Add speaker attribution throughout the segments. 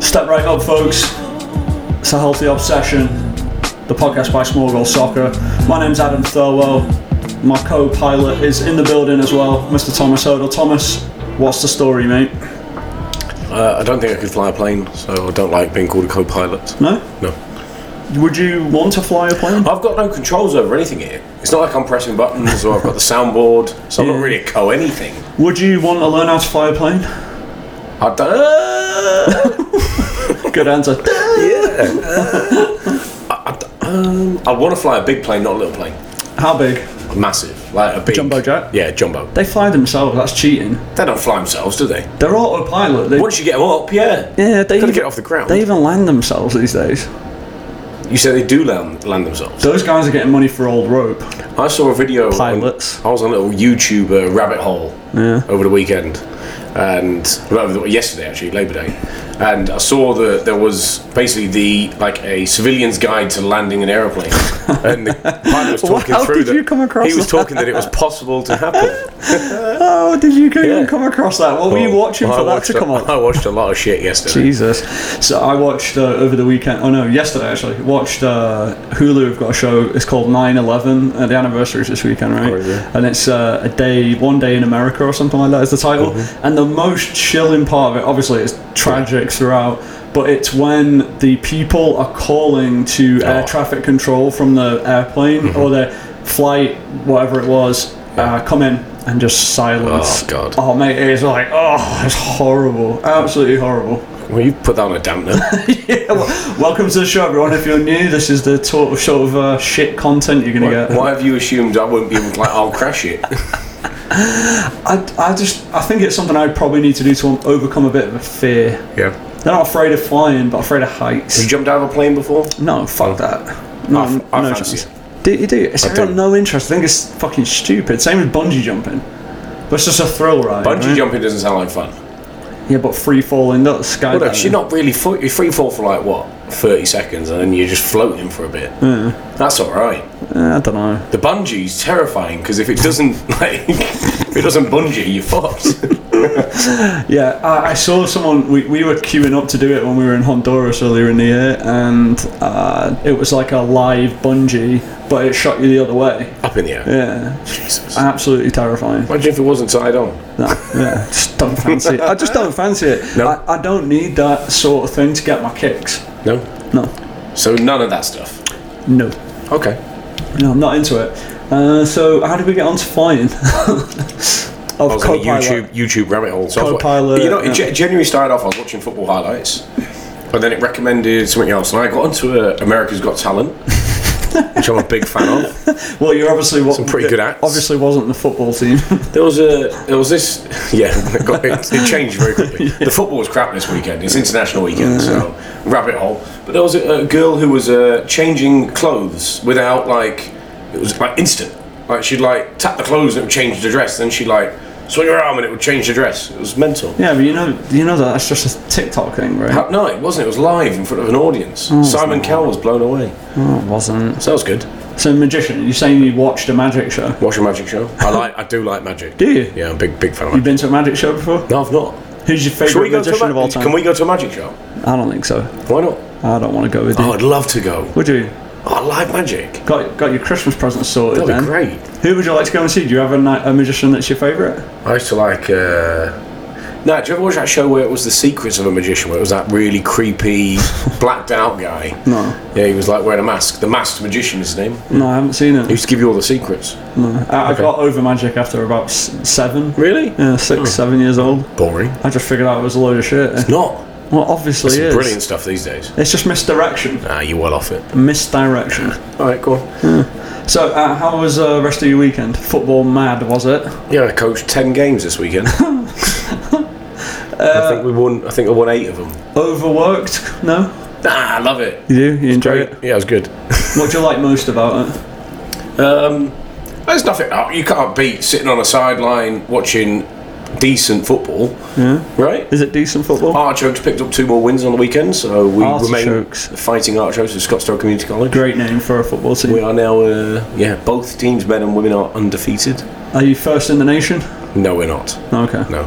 Speaker 1: Step right up, folks. It's a healthy obsession. The podcast by Small Goal Soccer. My name's Adam Thurwell. My co-pilot is in the building as well, Mr. Thomas Odell. Thomas, what's the story, mate?
Speaker 2: Uh, I don't think I could fly a plane, so I don't like being called a co-pilot.
Speaker 1: No?
Speaker 2: No.
Speaker 1: Would you want to fly a plane?
Speaker 2: I've got no controls over anything here. It's not like I'm pressing buttons or I've got the soundboard, so I'm
Speaker 1: Yeah.
Speaker 2: not really a co anything.
Speaker 1: Would you want to learn how to fly a plane?
Speaker 2: I don't.
Speaker 1: Good answer.
Speaker 2: um, I want to fly a big plane, not a little plane.
Speaker 1: How big?
Speaker 2: Massive, like a big
Speaker 1: Jumbo jet?
Speaker 2: Yeah, jumbo.
Speaker 1: They fly themselves. That's cheating.
Speaker 2: They don't fly themselves, do they?
Speaker 1: They're autopilot. They,
Speaker 2: Once you get them up, yeah.
Speaker 1: yeah, they
Speaker 2: Gotta
Speaker 1: even,
Speaker 2: get off the ground.
Speaker 1: they even land themselves these days.
Speaker 2: You say they do land, land themselves.
Speaker 1: Those guys are getting money for old rope.
Speaker 2: I saw a video. on-
Speaker 1: Pilots.
Speaker 2: I was on a little YouTube uh, rabbit hole
Speaker 1: Yeah.
Speaker 2: over the weekend, and well, over the- yesterday actually, Labor Day, and I saw that there was basically the like a civilian's guide to landing an airplane, and the pilot was talking
Speaker 1: How
Speaker 2: through
Speaker 1: did
Speaker 2: that.
Speaker 1: you come across
Speaker 2: he was
Speaker 1: that?
Speaker 2: talking that it was possible to happen.
Speaker 1: Oh, did you go
Speaker 2: Yeah.
Speaker 1: and come across that? What were you
Speaker 2: Well,
Speaker 1: watching
Speaker 2: I
Speaker 1: for that
Speaker 2: watched
Speaker 1: to
Speaker 2: a-
Speaker 1: come up?
Speaker 2: I watched a lot of shit yesterday.
Speaker 1: Jesus. So I watched uh, over the weekend. Oh no, yesterday actually. Watched uh, Hulu. Have got a show. It's called 9/11. Uh, the anniversary is this weekend, right?
Speaker 2: Oh, yeah.
Speaker 1: And it's uh, a day, one day in America or something like that is the title.
Speaker 2: Mm-hmm.
Speaker 1: And the most chilling part of it, obviously, it's tragic throughout. But it's when the people are calling to air
Speaker 2: Oh. Mm-hmm.
Speaker 1: traffic control from the airplane or their flight, whatever it was, uh, come in and just silence.
Speaker 2: Oh, God.
Speaker 1: Oh mate, it's like oh, it's horrible, absolutely horrible.
Speaker 2: Well, you put that on a dampener.
Speaker 1: Yeah, well, welcome to the show, everyone. If you're new, this is the total sort of uh, shit content you're gonna get.
Speaker 2: Why have you assumed I wouldn't be able to? Like, I'll crash it.
Speaker 1: I, I just, I think it's something I probably need to do to overcome a bit of a fear.
Speaker 2: Yeah.
Speaker 1: They're not afraid of flying, but afraid of
Speaker 2: Have you
Speaker 1: heights.
Speaker 2: jumped out of a plane before?
Speaker 1: No, fuck that. No,
Speaker 2: Hmm. I f- I
Speaker 1: no
Speaker 2: fancy
Speaker 1: chance.
Speaker 2: it.
Speaker 1: Do you do? It's, I,
Speaker 2: do.
Speaker 1: got no interest. I think it's fucking stupid. Same with bungee jumping. But it's just a thrill ride.
Speaker 2: Bungee
Speaker 1: right?
Speaker 2: jumping doesn't sound like fun.
Speaker 1: Yeah, but free falling, not skydiving.
Speaker 2: Well, no, 'cause you're not really fo- you're free fall for like what thirty seconds, and then you're just floating for a bit.
Speaker 1: Mm.
Speaker 2: That's all right.
Speaker 1: Uh, I don't know.
Speaker 2: The bungee's terrifying because if it doesn't like if it doesn't bungee, you're fucked.
Speaker 1: Yeah, I, I saw someone. We, we were queuing up to do it when we were in Honduras earlier in the year, and uh, it was like a live bungee, but it shot you the other way.
Speaker 2: Up in the air.
Speaker 1: Yeah,
Speaker 2: Jesus.
Speaker 1: absolutely terrifying.
Speaker 2: Imagine if it wasn't tied on.
Speaker 1: No, yeah, just don't fancy it. I just don't fancy it.
Speaker 2: No.
Speaker 1: I, I don't need that sort of thing to get my kicks.
Speaker 2: No.
Speaker 1: No,
Speaker 2: So none of that stuff.
Speaker 1: no,
Speaker 2: Okay.
Speaker 1: no, I'm not into it. Uh, so, how did we get on to flying?
Speaker 2: I
Speaker 1: of
Speaker 2: was on a
Speaker 1: co-pilot.
Speaker 2: YouTube YouTube rabbit hole. So I was wa-
Speaker 1: Co-pilot,
Speaker 2: you know, it
Speaker 1: yeah.
Speaker 2: gen- January started off. I was watching football highlights, and then it recommended something else, and I got onto uh, America's Got Talent, which I'm a big fan of.
Speaker 1: Well, you're obviously what,
Speaker 2: Some pretty good acts.
Speaker 1: Obviously, wasn't the football team.
Speaker 2: There was a there was this yeah it, got- it- it changed very quickly. The football was crap this weekend. It's international weekend, so rabbit hole. But there was a, a girl who was uh, changing clothes without like it was like instant. Like she'd like tap the clothes and it would change the dress. Then she'd like swing her arm and it would change the dress. It was mental.
Speaker 1: yeah, but you know, you know that that's just a TikTok thing, right?
Speaker 2: How- No, it wasn't. It was live in front of an audience. Simon Cowell was blown away.
Speaker 1: No, it wasn't.
Speaker 2: Mm. So that was good.
Speaker 1: So, magician, you're saying you watched a magic show?
Speaker 2: Watch a magic show. I like. I do like magic.
Speaker 1: Do you?
Speaker 2: Yeah, I'm a big big fan of
Speaker 1: You've
Speaker 2: magic.
Speaker 1: been to a magic show before?
Speaker 2: No, I've not.
Speaker 1: Who's your
Speaker 2: Should
Speaker 1: favourite
Speaker 2: we go to a
Speaker 1: magician
Speaker 2: ma-
Speaker 1: of all time?
Speaker 2: Can we go to a magic show?
Speaker 1: I don't think so.
Speaker 2: Why not?
Speaker 1: I don't want to go with you.
Speaker 2: Oh, I'd love to go.
Speaker 1: Would you?
Speaker 2: Oh, I like magic.
Speaker 1: Got got your Christmas present sorted then.
Speaker 2: That'd be great.
Speaker 1: Who would you like to go and see? Do you have a, ni- a magician that's your favourite?
Speaker 2: I used to like. Uh... No, do you ever watch that show where it was the secrets of a magician? Where it was that really creepy, blacked out guy.
Speaker 1: No.
Speaker 2: Yeah, he was like wearing a mask. The masked magician is his name. He
Speaker 1: No, I haven't seen it.
Speaker 2: used to give you all the secrets.
Speaker 1: I, I got over magic after about s- seven.
Speaker 2: Really?
Speaker 1: Yeah, six, seven years old.
Speaker 2: Boring.
Speaker 1: I just figured out it was a load of shit.
Speaker 2: Not.
Speaker 1: Well, obviously
Speaker 2: Some
Speaker 1: it is.
Speaker 2: brilliant stuff these days.
Speaker 1: It's just misdirection.
Speaker 2: Ah, you're well off it.
Speaker 1: Misdirection.
Speaker 2: All right, cool.
Speaker 1: So, uh, how was the rest of your weekend? Football mad, was it?
Speaker 2: Yeah, I coached ten games this weekend. I think we won. I think I won eight of them.
Speaker 1: Overworked? No?
Speaker 2: Ah, I love it.
Speaker 1: You do? You enjoy it?
Speaker 2: Yeah, it was good.
Speaker 1: What do you like most about it?
Speaker 2: Um, there's nothing. oh, You can't beat sitting on a sideline watching decent football,
Speaker 1: Yeah.
Speaker 2: right?
Speaker 1: Is it decent football?
Speaker 2: Artichokes picked up two more wins on the weekend, so we remain
Speaker 1: Artichokes.
Speaker 2: fighting Artichokes at Scotstow Community College.
Speaker 1: Great name for a football team.
Speaker 2: We are now, uh, yeah, both teams, men and women, are undefeated.
Speaker 1: Are you first in the nation?
Speaker 2: No, we're not.
Speaker 1: Okay.
Speaker 2: No.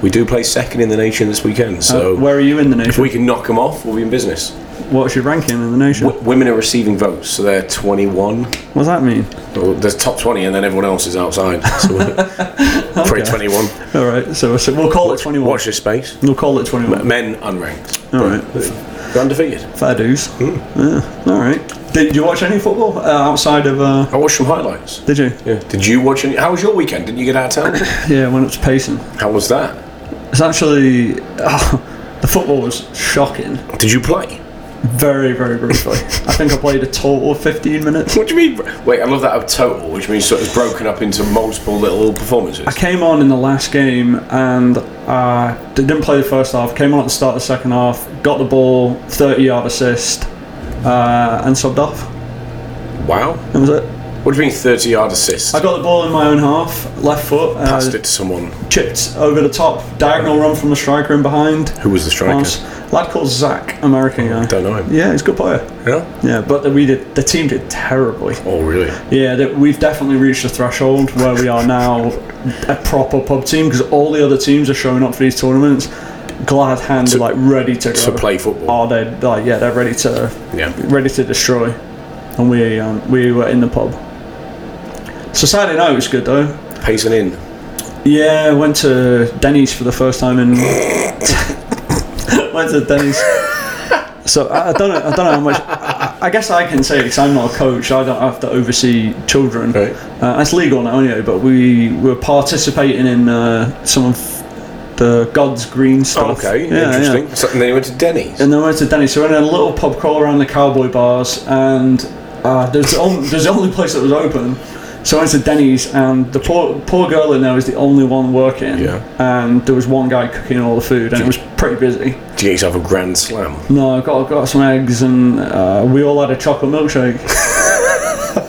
Speaker 2: we do play second in the nation this weekend. So
Speaker 1: Uh, where are you in the
Speaker 2: if
Speaker 1: nation?
Speaker 2: we can knock them off, we'll be in business.
Speaker 1: What's your ranking in the nation?
Speaker 2: W- women are receiving votes, so they're 21.
Speaker 1: what does that mean?
Speaker 2: Well, there's top 20, and then everyone else is outside. So we're probably 21.
Speaker 1: All right, so, so we'll call it 21.
Speaker 2: Watch this space.
Speaker 1: We'll call it 21.
Speaker 2: Men unranked.
Speaker 1: All right.
Speaker 2: They're undefeated.
Speaker 1: Fair dues.
Speaker 2: Hmm.
Speaker 1: Yeah. All right. Did you watch any football uh, outside of? Uh,
Speaker 2: I watched some highlights.
Speaker 1: did you?
Speaker 2: Yeah. Did you watch any? How was your weekend? Didn't you get out of town?
Speaker 1: Yeah, I went up to Payson.
Speaker 2: How was that?
Speaker 1: It's actually oh, the football was shocking.
Speaker 2: Did you play?
Speaker 1: Very, very briefly. I think I played a total of 15 minutes.
Speaker 2: What do you mean? Wait, I love that of total, which means sort of broken up into multiple little performances.
Speaker 1: I came on in the last game and uh, didn't play the first half. Came on at the start of the second half. Got the ball, 30 yard assist, uh, and subbed off.
Speaker 2: Wow.
Speaker 1: That was it.
Speaker 2: What do you mean 30 yard assist?
Speaker 1: I got the ball in my own half, left foot,
Speaker 2: Passed
Speaker 1: uh,
Speaker 2: it to someone.
Speaker 1: chipped over the top, diagonal run from the striker in behind.
Speaker 2: Who was the striker?
Speaker 1: Lance, lad called Zach, American guy.
Speaker 2: Don't know him.
Speaker 1: Yeah, he's a good player.
Speaker 2: Yeah.
Speaker 1: Yeah, but the, we did the team did terribly.
Speaker 2: Oh, really?
Speaker 1: Yeah, that we've definitely reached a threshold where we are now a proper pub team because all the other teams are showing up for these tournaments. Glad hand like ready to go.
Speaker 2: To play football.
Speaker 1: Oh, they like yeah, they're ready to
Speaker 2: Yeah.
Speaker 1: ready to destroy, and we um, we were in the pub. So Saturday night was good though.
Speaker 2: Pacing in.
Speaker 1: Yeah, went to Denny's for the first time in. went to Denny's. So I, I don't know. I don't know how much. I, I guess I can say because I'm not a coach. I don't have to oversee children.
Speaker 2: Right.
Speaker 1: Uh, that's legal now anyway. But we were participating in uh, some of the God's Green
Speaker 2: Oh,
Speaker 1: stuff.
Speaker 2: okay,
Speaker 1: Yeah, yeah.
Speaker 2: interesting. So, and then you went to Denny's.
Speaker 1: And then we went to Denny's. So we went in a little pub crawl around the cowboy bars, and uh, there's, the only, there's the only place that was open. So I went to Denny's, and the poor poor girl in there was the only one working.
Speaker 2: Yeah.
Speaker 1: And there was one guy cooking all the food, and it was pretty busy.
Speaker 2: Did you get yourself a grand slam?
Speaker 1: No, I got got some eggs, and uh, we all had a chocolate milkshake.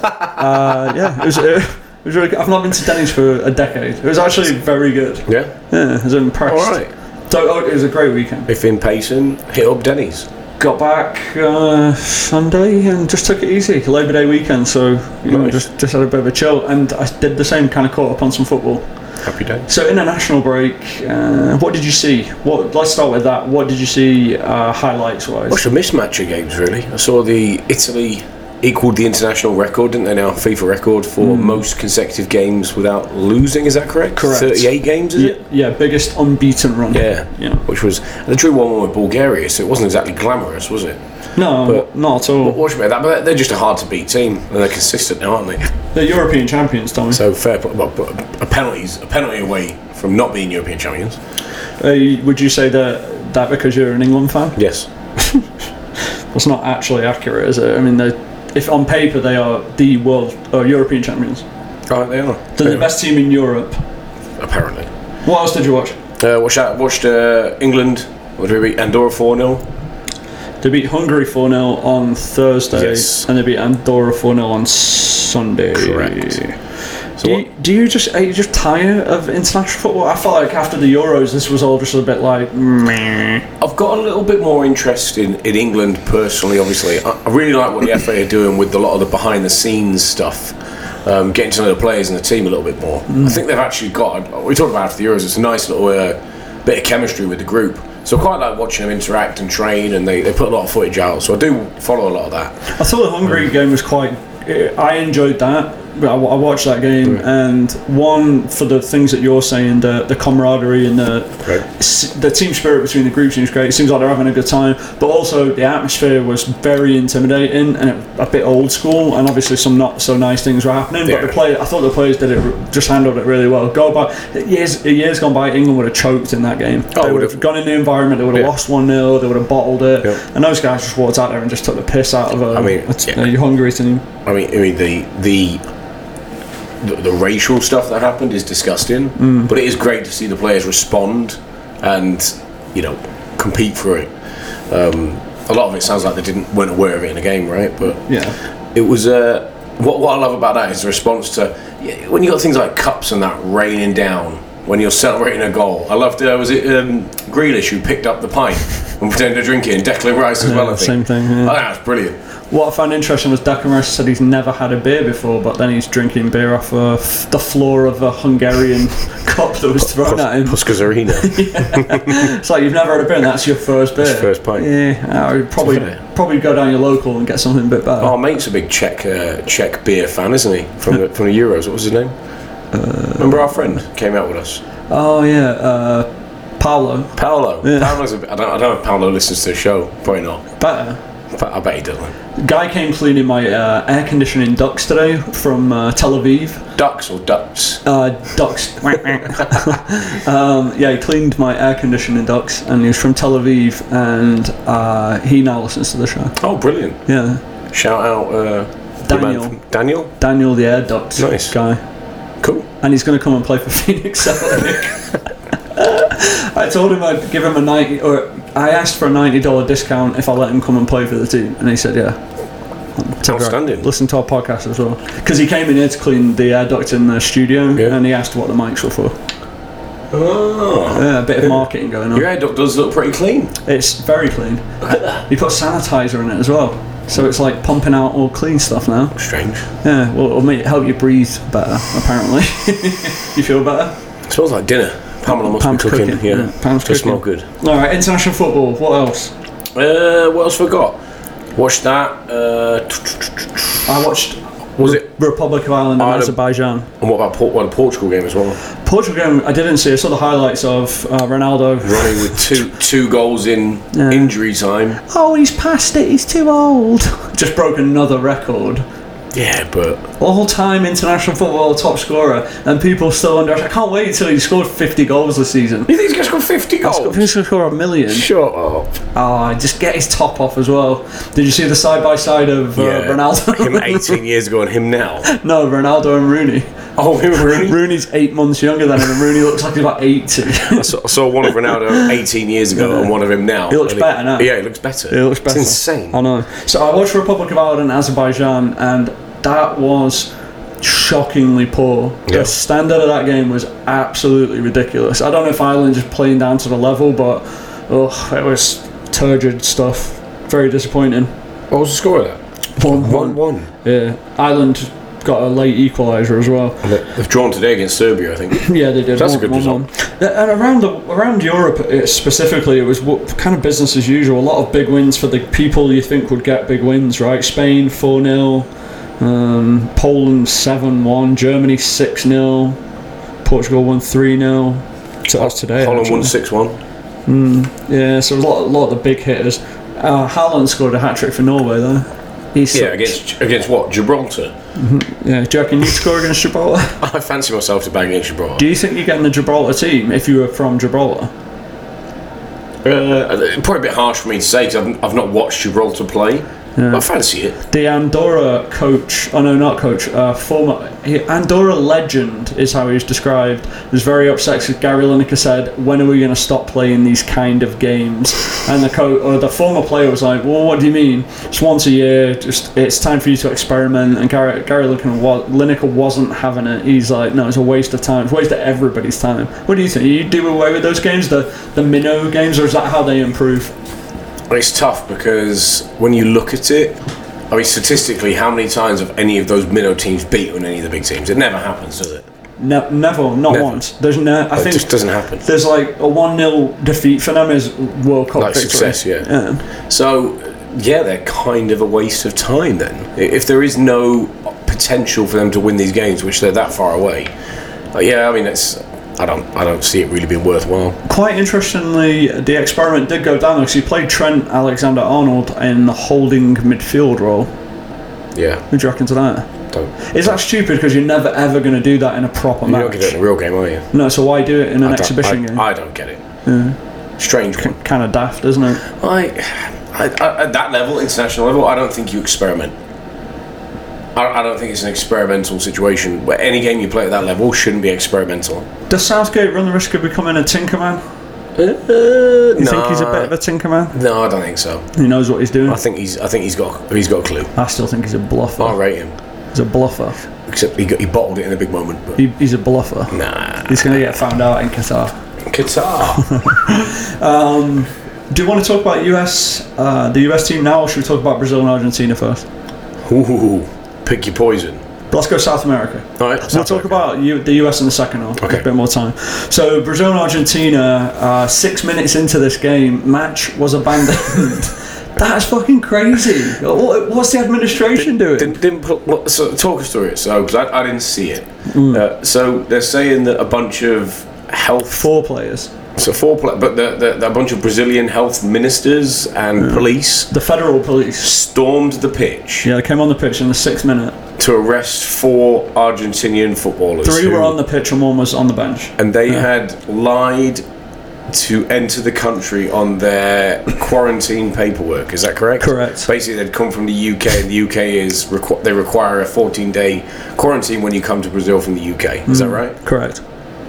Speaker 1: uh, yeah, it was. It, was really good. I've not been to Denny's for a decade. It was actually very good.
Speaker 2: Yeah.
Speaker 1: Yeah, I was impressed.
Speaker 2: All right.
Speaker 1: So oh, it was a great weekend.
Speaker 2: If in Payson, hit up Denny's.
Speaker 1: Got back uh, Sunday and just took it easy. Labor Day weekend, so you know,
Speaker 2: Nice.
Speaker 1: just just had a bit of a chill, and I did the same kind of caught up on some football.
Speaker 2: Happy days.
Speaker 1: So international break. Uh, what did you see? What let's start with that. What did you see uh, highlights wise?
Speaker 2: What's a mismatch of games, really? I saw the Italy equaled the international record, didn't they? Now FIFA record for most consecutive games without losing. Is that correct?
Speaker 1: Hmm. Correct.
Speaker 2: Thirty-eight games, is
Speaker 1: Yeah,
Speaker 2: it?
Speaker 1: yeah, biggest unbeaten run.
Speaker 2: Yeah.
Speaker 1: Yeah.
Speaker 2: Which was they drew one one with Bulgaria, so it wasn't exactly glamorous, was it?
Speaker 1: No, not at all.
Speaker 2: Watch me that, but they're just a hard to beat team, and they're consistent now, aren't they?
Speaker 1: They're European champions, Tommy.
Speaker 2: So fair, play- well, but a penalty's a penalty away from not being European champions.
Speaker 1: Uh, would you say that that because you're an England fan?
Speaker 2: Yes.
Speaker 1: That's not actually accurate, is it? I mean, they, if on paper they are the world or European champions,
Speaker 2: Oh, they are.
Speaker 1: they're the best team in Europe.
Speaker 2: Apparently.
Speaker 1: What else did you watch?
Speaker 2: Uh, watched that, watched uh, England. What did we beat? Andorra 4 0.
Speaker 1: They beat Hungary 4 0 on Thursday,
Speaker 2: Yes.
Speaker 1: and they beat Andorra 4 0 on Sunday.
Speaker 2: Correct. So
Speaker 1: Do you,
Speaker 2: what,
Speaker 1: do you just are you just tired of international football? I felt like after the Euros, this was all just a bit like meh.
Speaker 2: I've got a little bit more interest in, in England personally, obviously. I, I really like what the FA are doing with a lot of the behind the scenes stuff. Um, getting to know the players and the team a little bit more. I think they've actually got, we talked about after the Euros, it's a nice little uh, bit of chemistry with the group. So I quite like watching them interact and train, and they, they put a lot of footage out. So I do follow a lot of that.
Speaker 1: I thought the Hungary game was quite. eh, I enjoyed that. I, I watched that game, and one for the things that you're saying, the the camaraderie and the
Speaker 2: Right.
Speaker 1: s- the team spirit between the groups seems great. It seems like they're having a good time, but also the atmosphere was very intimidating and a bit old school. And obviously, some not so nice things were happening. But the
Speaker 2: Yeah.
Speaker 1: play, I thought the players did it r- just handled it really well. Go by years, years gone by, England would have choked in that game.
Speaker 2: Oh,
Speaker 1: they
Speaker 2: would
Speaker 1: would have
Speaker 2: have.
Speaker 1: gone in the environment. They would have
Speaker 2: Yeah.
Speaker 1: lost one 0 They would have bottled it.
Speaker 2: Yeah.
Speaker 1: And those guys just walked out there and just took the piss out of a
Speaker 2: I mean,
Speaker 1: it's-
Speaker 2: yeah.
Speaker 1: you know, your Hungary team.
Speaker 2: I mean, I mean the the the, the racial stuff that happened is disgusting,
Speaker 1: Mm.
Speaker 2: but it is great to see the players respond and you know compete for it. Um, a lot of it sounds like they didn't weren't aware of it in the game, right? But
Speaker 1: Yeah.
Speaker 2: it was uh, what what I love about that is the response to yeah, when you got things like cups and that raining down. when you're celebrating a goal. I loved, uh, was it um, Grealish who picked up the pint and pretended to drink it, and Declan Rice as
Speaker 1: Yeah,
Speaker 2: well, I think.
Speaker 1: same thing, yeah.
Speaker 2: Oh, that was brilliant.
Speaker 1: What I found interesting was Declan Rice said he's never had a beer before, but then he's drinking beer off uh, f- the floor of a Hungarian cup that was thrown at him.
Speaker 3: Puskas Arena.
Speaker 1: It's like you've never had a beer, and that's your first beer.
Speaker 3: first pint.
Speaker 1: Yeah, I would probably
Speaker 2: Definitely.
Speaker 1: probably go down your local and get something a bit better.
Speaker 2: Our Oh, mate's a big Czech uh, Czech beer fan, isn't he? From the, from the Euros. What was his name? Remember our friend came out with us.
Speaker 1: Oh yeah, uh, Paolo,
Speaker 2: Paolo.
Speaker 1: Yeah.
Speaker 2: Paolo's. A, I, don't, I don't know if Paolo listens to the show. Probably not.
Speaker 1: better.
Speaker 2: But I bet he doesn't.
Speaker 1: Guy came cleaning my uh, air conditioning ducts today from uh, Tel Aviv.
Speaker 2: Ducks or ducks.
Speaker 1: Uh, ducts. um, yeah, he cleaned my air conditioning ducts, and he was from Tel Aviv, and uh, he now listens to the show.
Speaker 2: Oh, brilliant!
Speaker 1: Yeah,
Speaker 2: Shout out uh, the man
Speaker 1: Daniel.
Speaker 2: from- Daniel.
Speaker 1: Daniel the air duct
Speaker 2: Nice.
Speaker 1: guy,
Speaker 2: Cool.
Speaker 1: and he's going to come and play for Phoenix. Celtic. I told him I'd give him a ninety, or I asked for a ninety dollar discount if I let him come and play for the team, and he said yeah.
Speaker 2: Outstanding.
Speaker 1: Listen to our podcast as well. Because he came in here to clean the air duct in the studio
Speaker 2: Yeah.
Speaker 1: and he asked what the mics were for.
Speaker 2: Oh.
Speaker 1: Yeah, a bit of marketing going on.
Speaker 2: Your hair duct does look pretty clean.
Speaker 1: It's very clean. You put sanitizer in it as well. So it's like pumping out all clean stuff now.
Speaker 2: Strange.
Speaker 1: Yeah, well, it'll make, help you breathe better, apparently. you feel better?
Speaker 2: It smells like dinner. Pamela must
Speaker 1: Pam's
Speaker 2: be cooking.
Speaker 1: cooking,
Speaker 2: Yeah.
Speaker 1: yeah. Pam's
Speaker 2: Does smell
Speaker 1: cooking.
Speaker 2: good.
Speaker 1: Alright, international football. What else?
Speaker 2: Uh, what else we got? Watch that. Uh,
Speaker 1: I watched
Speaker 2: was it?
Speaker 1: Republic of Ireland and
Speaker 2: Ireland.
Speaker 1: Azerbaijan.
Speaker 2: And what about Port, well, the Portugal game as well?
Speaker 1: Portugal game, I didn't see. I saw the highlights of uh, Ronaldo.
Speaker 2: Ronnie with two two goals in
Speaker 1: Yeah.
Speaker 2: injury time.
Speaker 1: Oh, he's past it. He's too old. Just broke another record.
Speaker 2: Yeah, but
Speaker 1: all-time international football top scorer, and people still under. I can't wait until he scored 50 goals this season.
Speaker 2: you think he's got fifty
Speaker 1: He's
Speaker 2: goals?
Speaker 1: going to score a million.
Speaker 2: Shut up!
Speaker 1: Oh, just get his top off as well. Did you see the side by side of uh,
Speaker 2: him
Speaker 1: Ronaldo?
Speaker 2: eighteen years ago and him now.
Speaker 1: no, Ronaldo and Rooney.
Speaker 2: Oh, him and Rooney.
Speaker 1: Rooney's eight months younger than him, and Rooney looks like he's about 80.
Speaker 2: I saw, I saw one of Ronaldo 18 years ago and one of him now.
Speaker 1: He looks
Speaker 2: And
Speaker 1: better now.
Speaker 2: Yeah, he looks better.
Speaker 1: It looks better.
Speaker 2: It's insane.
Speaker 1: I know. So I watched Republic of Ireland, Azerbaijan, and that was shockingly poor.
Speaker 2: Yeah.
Speaker 1: The standard of that game was absolutely ridiculous. I don't know if Ireland is playing down to the level, but oh, it was turgid stuff. Very disappointing.
Speaker 2: What was the score of that?
Speaker 1: One
Speaker 2: One one.
Speaker 1: Yeah, Uh, Ireland got a late equaliser as well.
Speaker 2: And they- They've drawn today against Serbia, I think.
Speaker 1: Yeah, they did.
Speaker 2: That's a good result.
Speaker 1: one. Uh, And around the, around Europe uh, specifically, it was what, kind of business as usual. A lot of big wins for the people you think would get big wins, right? Spain four 0 um, Poland seven one, Germany six 0 Portugal won three 0 So that's today.
Speaker 2: Holland won
Speaker 1: actually.
Speaker 2: six one.
Speaker 1: Yeah, so a lot, a lot of the big hitters. Uh, Haaland scored a hat trick for Norway though. He's
Speaker 2: Yeah, against against what? Gibraltar.
Speaker 1: yeah. Do you reckon you'd score against Gibraltar?
Speaker 2: I fancy myself to bang against Gibraltar.
Speaker 1: Do you think you'd get in the Gibraltar team if you were from Gibraltar?
Speaker 2: Uh, probably a bit harsh for me to say because I've, I've not watched Gibraltar play. But I fancy it.
Speaker 1: The Andorra coach, oh no, not coach, uh, former he, Andorra legend is how he was described. Was very upset because Gary Lineker said, "When are we going to stop playing these kind of games?" And the coach, or the former player, was like, "Well, what do you mean? It's once a year. Just it's time for you to experiment." And Gary, Gary Lineker, wa- Lineker wasn't having it. He's like, "No, it's a waste of time. It's a waste of everybody's time." What do you think? You do away with those games, the the minnow games, or is that how they improve?
Speaker 2: It's tough because when you look at it, I mean, statistically, how many times have any of those minnow teams beaten any of the big teams? It never happens, does it?
Speaker 1: Ne- never, not
Speaker 2: Never.
Speaker 1: once. There's no. I
Speaker 2: It
Speaker 1: think
Speaker 2: just doesn't happen.
Speaker 1: there's like a 1 0 defeat for them is World Cup
Speaker 2: Like
Speaker 1: victory.
Speaker 2: success, yeah. So, yeah, they're kind of a waste of time then. I- If there is no potential for them to win these games, which they're that far away, uh, yeah, I mean, it's. I don't, I don't see it really being worthwhile.
Speaker 1: Quite interestingly, the experiment did go down because he played Trent Alexander Arnold in the holding midfield role.
Speaker 2: Yeah,
Speaker 1: Who do you reckon to that?
Speaker 2: don't.
Speaker 1: Is that stupid because you're never ever going to do that in a proper
Speaker 2: You're not going to do it
Speaker 1: match?
Speaker 2: in a real game, are you?
Speaker 1: No, so why do it in an
Speaker 2: I don't-
Speaker 1: exhibition
Speaker 2: I,
Speaker 1: game?
Speaker 2: I don't get it. Strange one.
Speaker 1: kind of daft, isn't it?
Speaker 2: I, I, I, at that level, international level, I don't think you experiment. I, I don't think it's an experimental situation. But any game you play at that level shouldn't be experimental.
Speaker 1: Does Southgate run the risk of becoming a Tinkerman? Uh, You think he's a bit of a Tinkerman?
Speaker 2: No, I don't think so.
Speaker 1: He knows what he's doing.
Speaker 2: I think he's. I think he's got. He's got a clue.
Speaker 1: I still think he's a bluffer.
Speaker 2: I'll rate him.
Speaker 1: He's a bluffer.
Speaker 2: Except he, got, he bottled it in a big moment. But
Speaker 1: He, he's a bluffer.
Speaker 2: nah.
Speaker 1: He's going to get found out in Qatar.
Speaker 2: Qatar.
Speaker 1: Do you want to talk about US, uh, the US team now, or should we talk about Brazil and Argentina first?
Speaker 2: Ooh, pick your poison.
Speaker 1: Let's go South America.
Speaker 2: All right,
Speaker 1: we'll
Speaker 2: South
Speaker 1: talk
Speaker 2: Africa.
Speaker 1: about U- the US in the second half.
Speaker 2: Okay.
Speaker 1: A bit more time. So Brazil and Argentina. Uh, six minutes into this game, match was abandoned. That's fucking crazy. What, what's the administration doing?
Speaker 2: Didn't, didn't put, what, so talk us through it. So, 'cause I, I didn't see it.
Speaker 1: Mm.
Speaker 2: Uh, so they're saying that a bunch of health,
Speaker 1: Four players.
Speaker 2: so four, pla- but the, the, the, a bunch of Brazilian health ministers and
Speaker 1: Mm.
Speaker 2: police
Speaker 1: The federal police.
Speaker 2: stormed the pitch
Speaker 1: Yeah, they came on the pitch in the sixth minute.
Speaker 2: to arrest four Argentinian footballers.
Speaker 1: Three
Speaker 2: who-
Speaker 1: were on the pitch and one was on the bench.
Speaker 2: and they had lied to enter the country on their quarantine paperwork. Is that correct?
Speaker 1: Correct.
Speaker 2: Basically, they'd come from the UK, and the UK is requ- they require a 14-day quarantine when you come to Brazil from the UK. Is
Speaker 1: Mm.
Speaker 2: that right?
Speaker 1: Correct.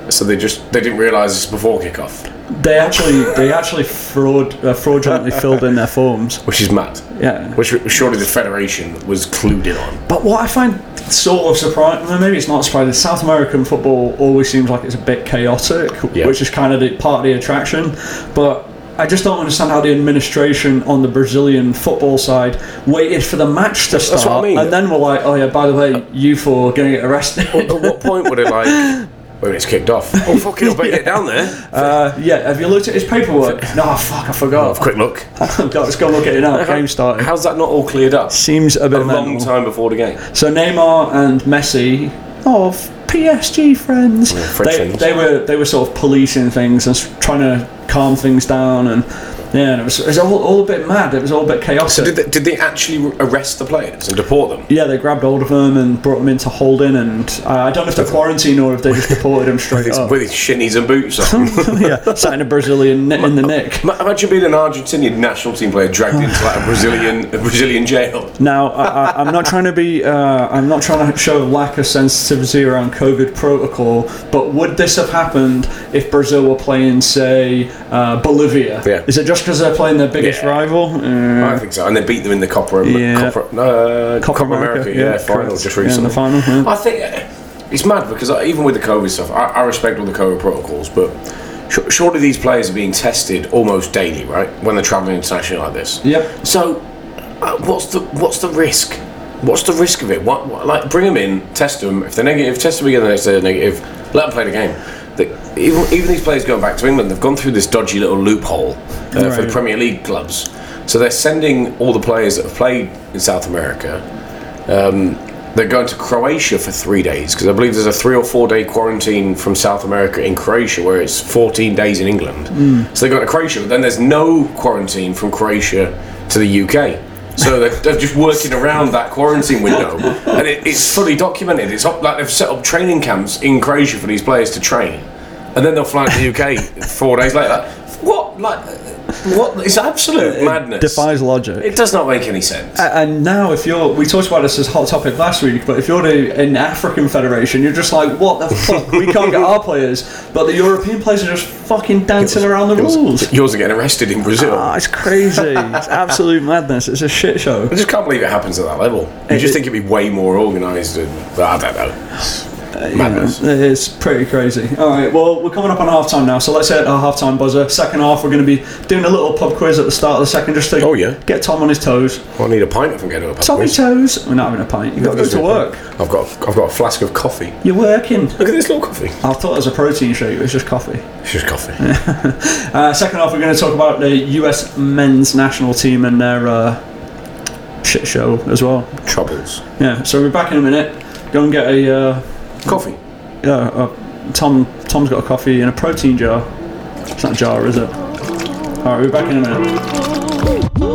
Speaker 2: So they just they didn't realise it's before kickoff,
Speaker 1: They actually, they actually fraud, uh, fraudulently filled in their forms.
Speaker 2: which is mad.
Speaker 1: Yeah.
Speaker 2: Which surely the federation was clued in on.
Speaker 1: But what I find sort of surprising, well, maybe it's not surprising, South American football always seems like it's a bit chaotic,
Speaker 2: Yeah.
Speaker 1: which is kind of the, part of the attraction. But I just don't understand how the administration on the Brazilian football side waited for the match to start
Speaker 2: what I mean.
Speaker 1: and then were like, oh yeah, by the way, you four are going to get arrested.
Speaker 2: At what point would it like? When it's kicked off. Oh fucking! I better get down there.
Speaker 1: uh, yeah, have you looked at his paperwork? no, fuck, I
Speaker 2: Have a
Speaker 1: forgot.
Speaker 2: quick look.
Speaker 1: God, let's go look at it now. Game started.
Speaker 2: How's that not all cleared up?
Speaker 1: Seems a bit
Speaker 2: A long
Speaker 1: mental.
Speaker 2: time before the game.
Speaker 1: So Neymar and Messi of PSG friends.
Speaker 2: French
Speaker 1: they,
Speaker 2: friends.
Speaker 1: they were they were sort of policing things and s- trying to calm things down and yeah, and it was, it was all, all a bit mad. It was all a bit chaotic.
Speaker 2: So did they, did they actually arrest the players and deport them?
Speaker 1: yeah, they grabbed hold of them and brought them into holding, and uh, I don't know if they're quarantined or if they just deported them straight
Speaker 2: It's
Speaker 1: up.
Speaker 2: With his shinies and boots on.
Speaker 1: yeah, sat in a Brazilian knit in the nick.
Speaker 2: Ma- Imagine being an Argentinian national team player dragged into like a Brazilian a Brazilian jail.
Speaker 1: Now, I, I, I'm not trying to be, uh, I'm not trying to show lack of sensitivity around COVID protocol, but would this have happened if Brazil were playing, say, uh, Bolivia?
Speaker 2: Yeah.
Speaker 1: Is it just because they're playing their biggest
Speaker 2: Yeah.
Speaker 1: rival?
Speaker 2: I
Speaker 1: Uh,
Speaker 2: don't think so. And they beat them in the Copper, Am-
Speaker 1: Yeah.
Speaker 2: Copper, uh, Copper, America, yeah, final
Speaker 1: correct.
Speaker 2: just
Speaker 1: Yeah, in
Speaker 2: recently.
Speaker 1: the final, yeah.
Speaker 2: I think uh, it's mad because uh, even with the COVID stuff, I, I respect all the COVID protocols, but sh- surely these players are being tested almost daily, right? When they're traveling internationally like this.
Speaker 1: Yep.
Speaker 2: So, uh, what's the what's the risk? What's the risk of it? What, what like bring them in, test them. If they're negative, test them again the next day. They're negative. Let them play the game. The, even, even these players going back to England, they've gone through this dodgy little loophole uh, for
Speaker 1: Right.
Speaker 2: the Premier League clubs. So they're sending all the players that have played in South America. Um, they're going to Croatia for three days because I believe there's a three or four day quarantine from South America in Croatia, where it's 14 days in England.
Speaker 1: Hmm.
Speaker 2: So they're going to Croatia, but then there's no quarantine from Croatia to the UK. So they're, they're just working around that quarantine window, and it, it's fully documented. It's up, like they've set up training camps in Croatia for these players to train, and then they'll fly to the UK four days later. What like what is absolute madness?
Speaker 1: Defies logic.
Speaker 2: it does not make any sense.
Speaker 1: And now, if you're, we talked about this as a hot topic last week, but if you're the, an African federation, you're just like, what the fuck? We can't get our players, but the European players are just fucking dancing around the
Speaker 2: Yours-
Speaker 1: rules.
Speaker 2: Yours are getting arrested in Brazil.
Speaker 1: Ah, it's crazy. it's absolute madness. It's a shit show.
Speaker 2: I just can't believe it happens at that level. You just think it'd be way more organised and I don't know. Madness.
Speaker 1: Uh, Yeah, it's pretty crazy. All right, well, we're coming up on half time now, so let's hit our half time buzzer. Second half, we're going to be doing a little pub quiz at the start of the second just to
Speaker 2: Oh, yeah.
Speaker 1: get Tom on his toes.
Speaker 2: I need a pint if I'm going to a pub.
Speaker 1: Tom on his
Speaker 2: quiz.
Speaker 1: toes. We're not having a pint. You've got to go to work.
Speaker 2: I've got I've got a flask of coffee.
Speaker 1: You're working.
Speaker 2: Look at this little coffee.
Speaker 1: I thought it was a protein shake, it was just coffee.
Speaker 2: It's just coffee.
Speaker 1: Uh, second half, we're going to talk about the US men's national team and their uh, shit show as well.
Speaker 2: Troubles.
Speaker 1: Yeah, so we're back in a minute. Go and get a. Uh,
Speaker 2: Coffee.
Speaker 1: yeah, uh, Tom. Tom's got a coffee in a protein jar. It's not a jar, is it? All right, we're back in a minute.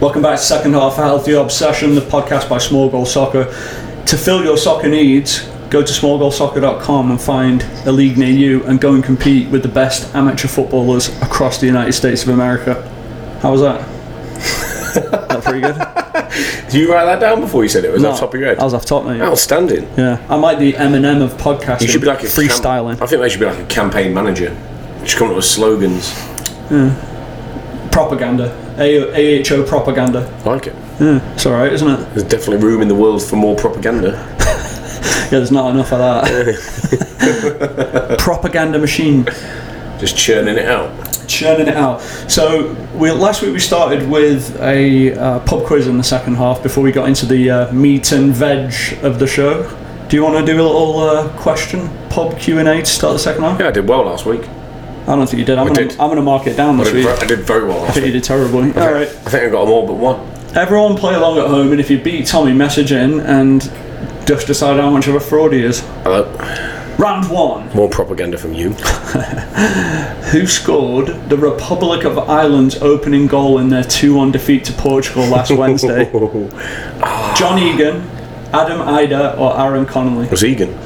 Speaker 1: Welcome back to second half Healthy Obsession, the podcast by Small Goal Soccer. To fill your soccer needs, go to smallgoalsoccer.com and find a league near you and go and compete with the best amateur footballers across the United States of America. How was that? that pretty good?
Speaker 2: Did you write that down before you said it? Or was that
Speaker 1: No,
Speaker 2: off the top of your head?
Speaker 1: I was off top, mate.
Speaker 2: Outstanding.
Speaker 1: Yeah, I might be Eminem of podcasting.
Speaker 2: Oh. You should be like a cam-
Speaker 1: freestyling.
Speaker 2: I think they should be like a campaign manager. Just come up with slogans.
Speaker 1: propaganda. A- AHO propaganda.
Speaker 2: I like it.
Speaker 1: Yeah, it's alright, isn't it?
Speaker 2: There's definitely room in the world for more propaganda.
Speaker 1: Yeah, there's not enough of that. propaganda machine.
Speaker 2: Just churning it out.
Speaker 1: churning it out. So we, last week we started with a uh, pub quiz in the second half before we got into the uh, meat and veg of the show. Do you want to do a little uh, question pub Q and A to start the second half?
Speaker 2: Yeah, I did well last week.
Speaker 1: I don't think you did. I'm gonna,
Speaker 2: did.
Speaker 1: I'm gonna mark it down
Speaker 2: I
Speaker 1: this
Speaker 2: did,
Speaker 1: week.
Speaker 2: ver- I did very well
Speaker 1: I
Speaker 2: last
Speaker 1: think you
Speaker 2: week.
Speaker 1: did terribly. All right,
Speaker 2: I think I got them all but one.
Speaker 1: everyone play along at home, and if you beat Tommy, message in and just decide how much of a fraud he is.
Speaker 2: Hello.
Speaker 1: Round one.
Speaker 2: More propaganda from you.
Speaker 1: Who scored the Republic of Ireland's opening goal in their 2-1 defeat to Portugal last Wednesday? John Egan, Adam Ida, or Aaron Connolly?
Speaker 2: was Egan.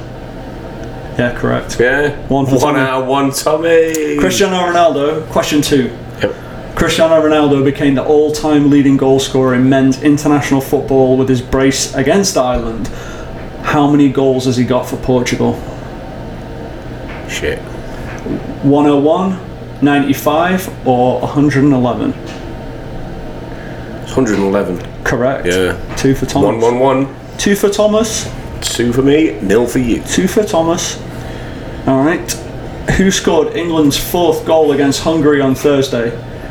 Speaker 1: Yeah, correct.
Speaker 2: Yeah.
Speaker 1: One for Tommy.
Speaker 2: hour, one Tommy.
Speaker 1: Cristiano Ronaldo, question two.
Speaker 2: Yep.
Speaker 1: Cristiano Ronaldo became the all time leading goal scorer in men's international football with his brace against Ireland. How many goals has he got for Portugal?
Speaker 2: Shit.
Speaker 1: 101, 95, oh or 111?
Speaker 2: It's 111.
Speaker 1: Correct.
Speaker 2: Yeah.
Speaker 1: Two for Thomas.
Speaker 2: One, one, one.
Speaker 1: Two for Thomas.
Speaker 2: Two for me, nil for you.
Speaker 1: Two for Thomas. All right. Who scored England's fourth goal against Hungary on Thursday?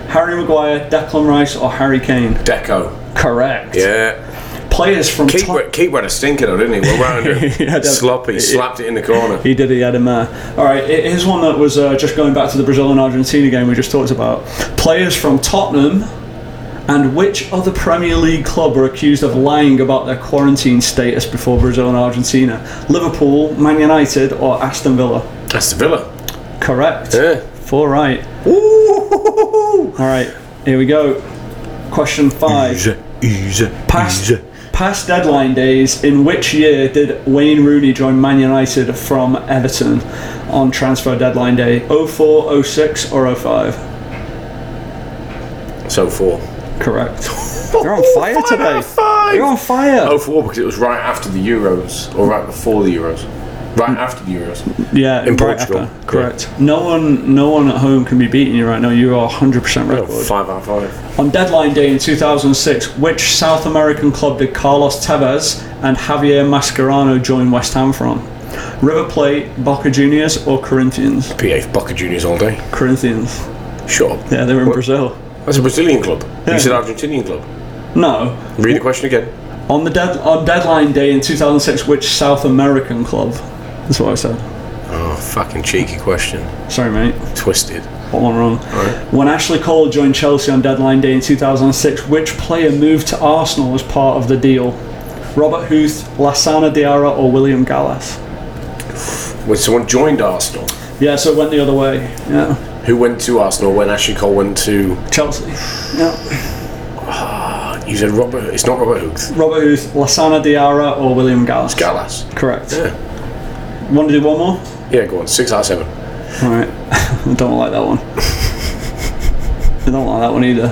Speaker 1: Harry Maguire, Declan Rice, or Harry Kane?
Speaker 2: Deco.
Speaker 1: Correct.
Speaker 2: Yeah.
Speaker 1: Players from
Speaker 2: Keep
Speaker 1: top.
Speaker 2: Keep had a stinker though, didn't he? Well round
Speaker 1: Yeah, I
Speaker 2: him.
Speaker 1: don't-
Speaker 2: Sloppy. Slapped it in the corner.
Speaker 1: He did. He had him there. All right. it- Here's one that was uh, just going back to the Brazil and Argentina game we just talked about. Players from Tottenham and which other Premier League club were accused of lying about their quarantine status before Brazil and Argentina? Liverpool, Man United, or Aston Villa?
Speaker 2: That's the Villa.
Speaker 1: Correct.
Speaker 2: Yeah.
Speaker 1: Four right.
Speaker 2: Ooh.
Speaker 1: All right, here we go. Question five.
Speaker 2: Easy, easy,
Speaker 1: Past,
Speaker 2: easy.
Speaker 1: past deadline days, in which year did Wayne Rooney join Man United from Everton on transfer deadline day? 04, 06, or 05?
Speaker 2: So four.
Speaker 1: Correct. You're on fire
Speaker 2: Five out
Speaker 1: today.
Speaker 2: of five.
Speaker 1: You're on fire.
Speaker 2: Oh, four because it was right after the Euros or right before the Euros.
Speaker 1: Hmm.
Speaker 2: Right after the Euros.
Speaker 1: yeah,
Speaker 2: in
Speaker 1: right
Speaker 2: Portugal.
Speaker 1: after. Correct. No one, no one at home can be beating you right now. You are 100% record.
Speaker 2: Five out of five.
Speaker 1: On deadline day in 2006, which South American club did Carlos Tevez and Javier Mascherano join West Ham from? River Plate, Boca Juniors, or Corinthians?
Speaker 2: PA Boca Juniors all day.
Speaker 1: Corinthians.
Speaker 2: Shut up.
Speaker 1: Yeah, they're in Brazil.
Speaker 2: That's a Brazilian club. You said Argentinian club.
Speaker 1: No.
Speaker 2: Read the question again.
Speaker 1: On the dead on deadline day in 2006, which South American club? That's what I said.
Speaker 2: Oh, fucking cheeky question.
Speaker 1: Sorry, mate.
Speaker 2: Twisted.
Speaker 1: Got one wrong. When Ashley Cole joined Chelsea on deadline day in 2006, which player moved to Arsenal as part of the deal? Robert Huth, Lassana Diarra, or William Gallas?
Speaker 2: When someone joined Arsenal,
Speaker 1: Yeah, so it went the other way. Yeah,
Speaker 2: who went to Arsenal when Ashley Cole went to.
Speaker 1: Chelsea. Yeah,
Speaker 2: You said Robert. It's not Robert Huth.
Speaker 1: Robert Huth, Lasana Diarra, or William Gallas.
Speaker 2: Gallas.
Speaker 1: Correct.
Speaker 2: Yeah.
Speaker 1: Want to do one more?
Speaker 2: Yeah, go on. Six out of seven.
Speaker 1: All right. I don't like that one. I don't like that one either.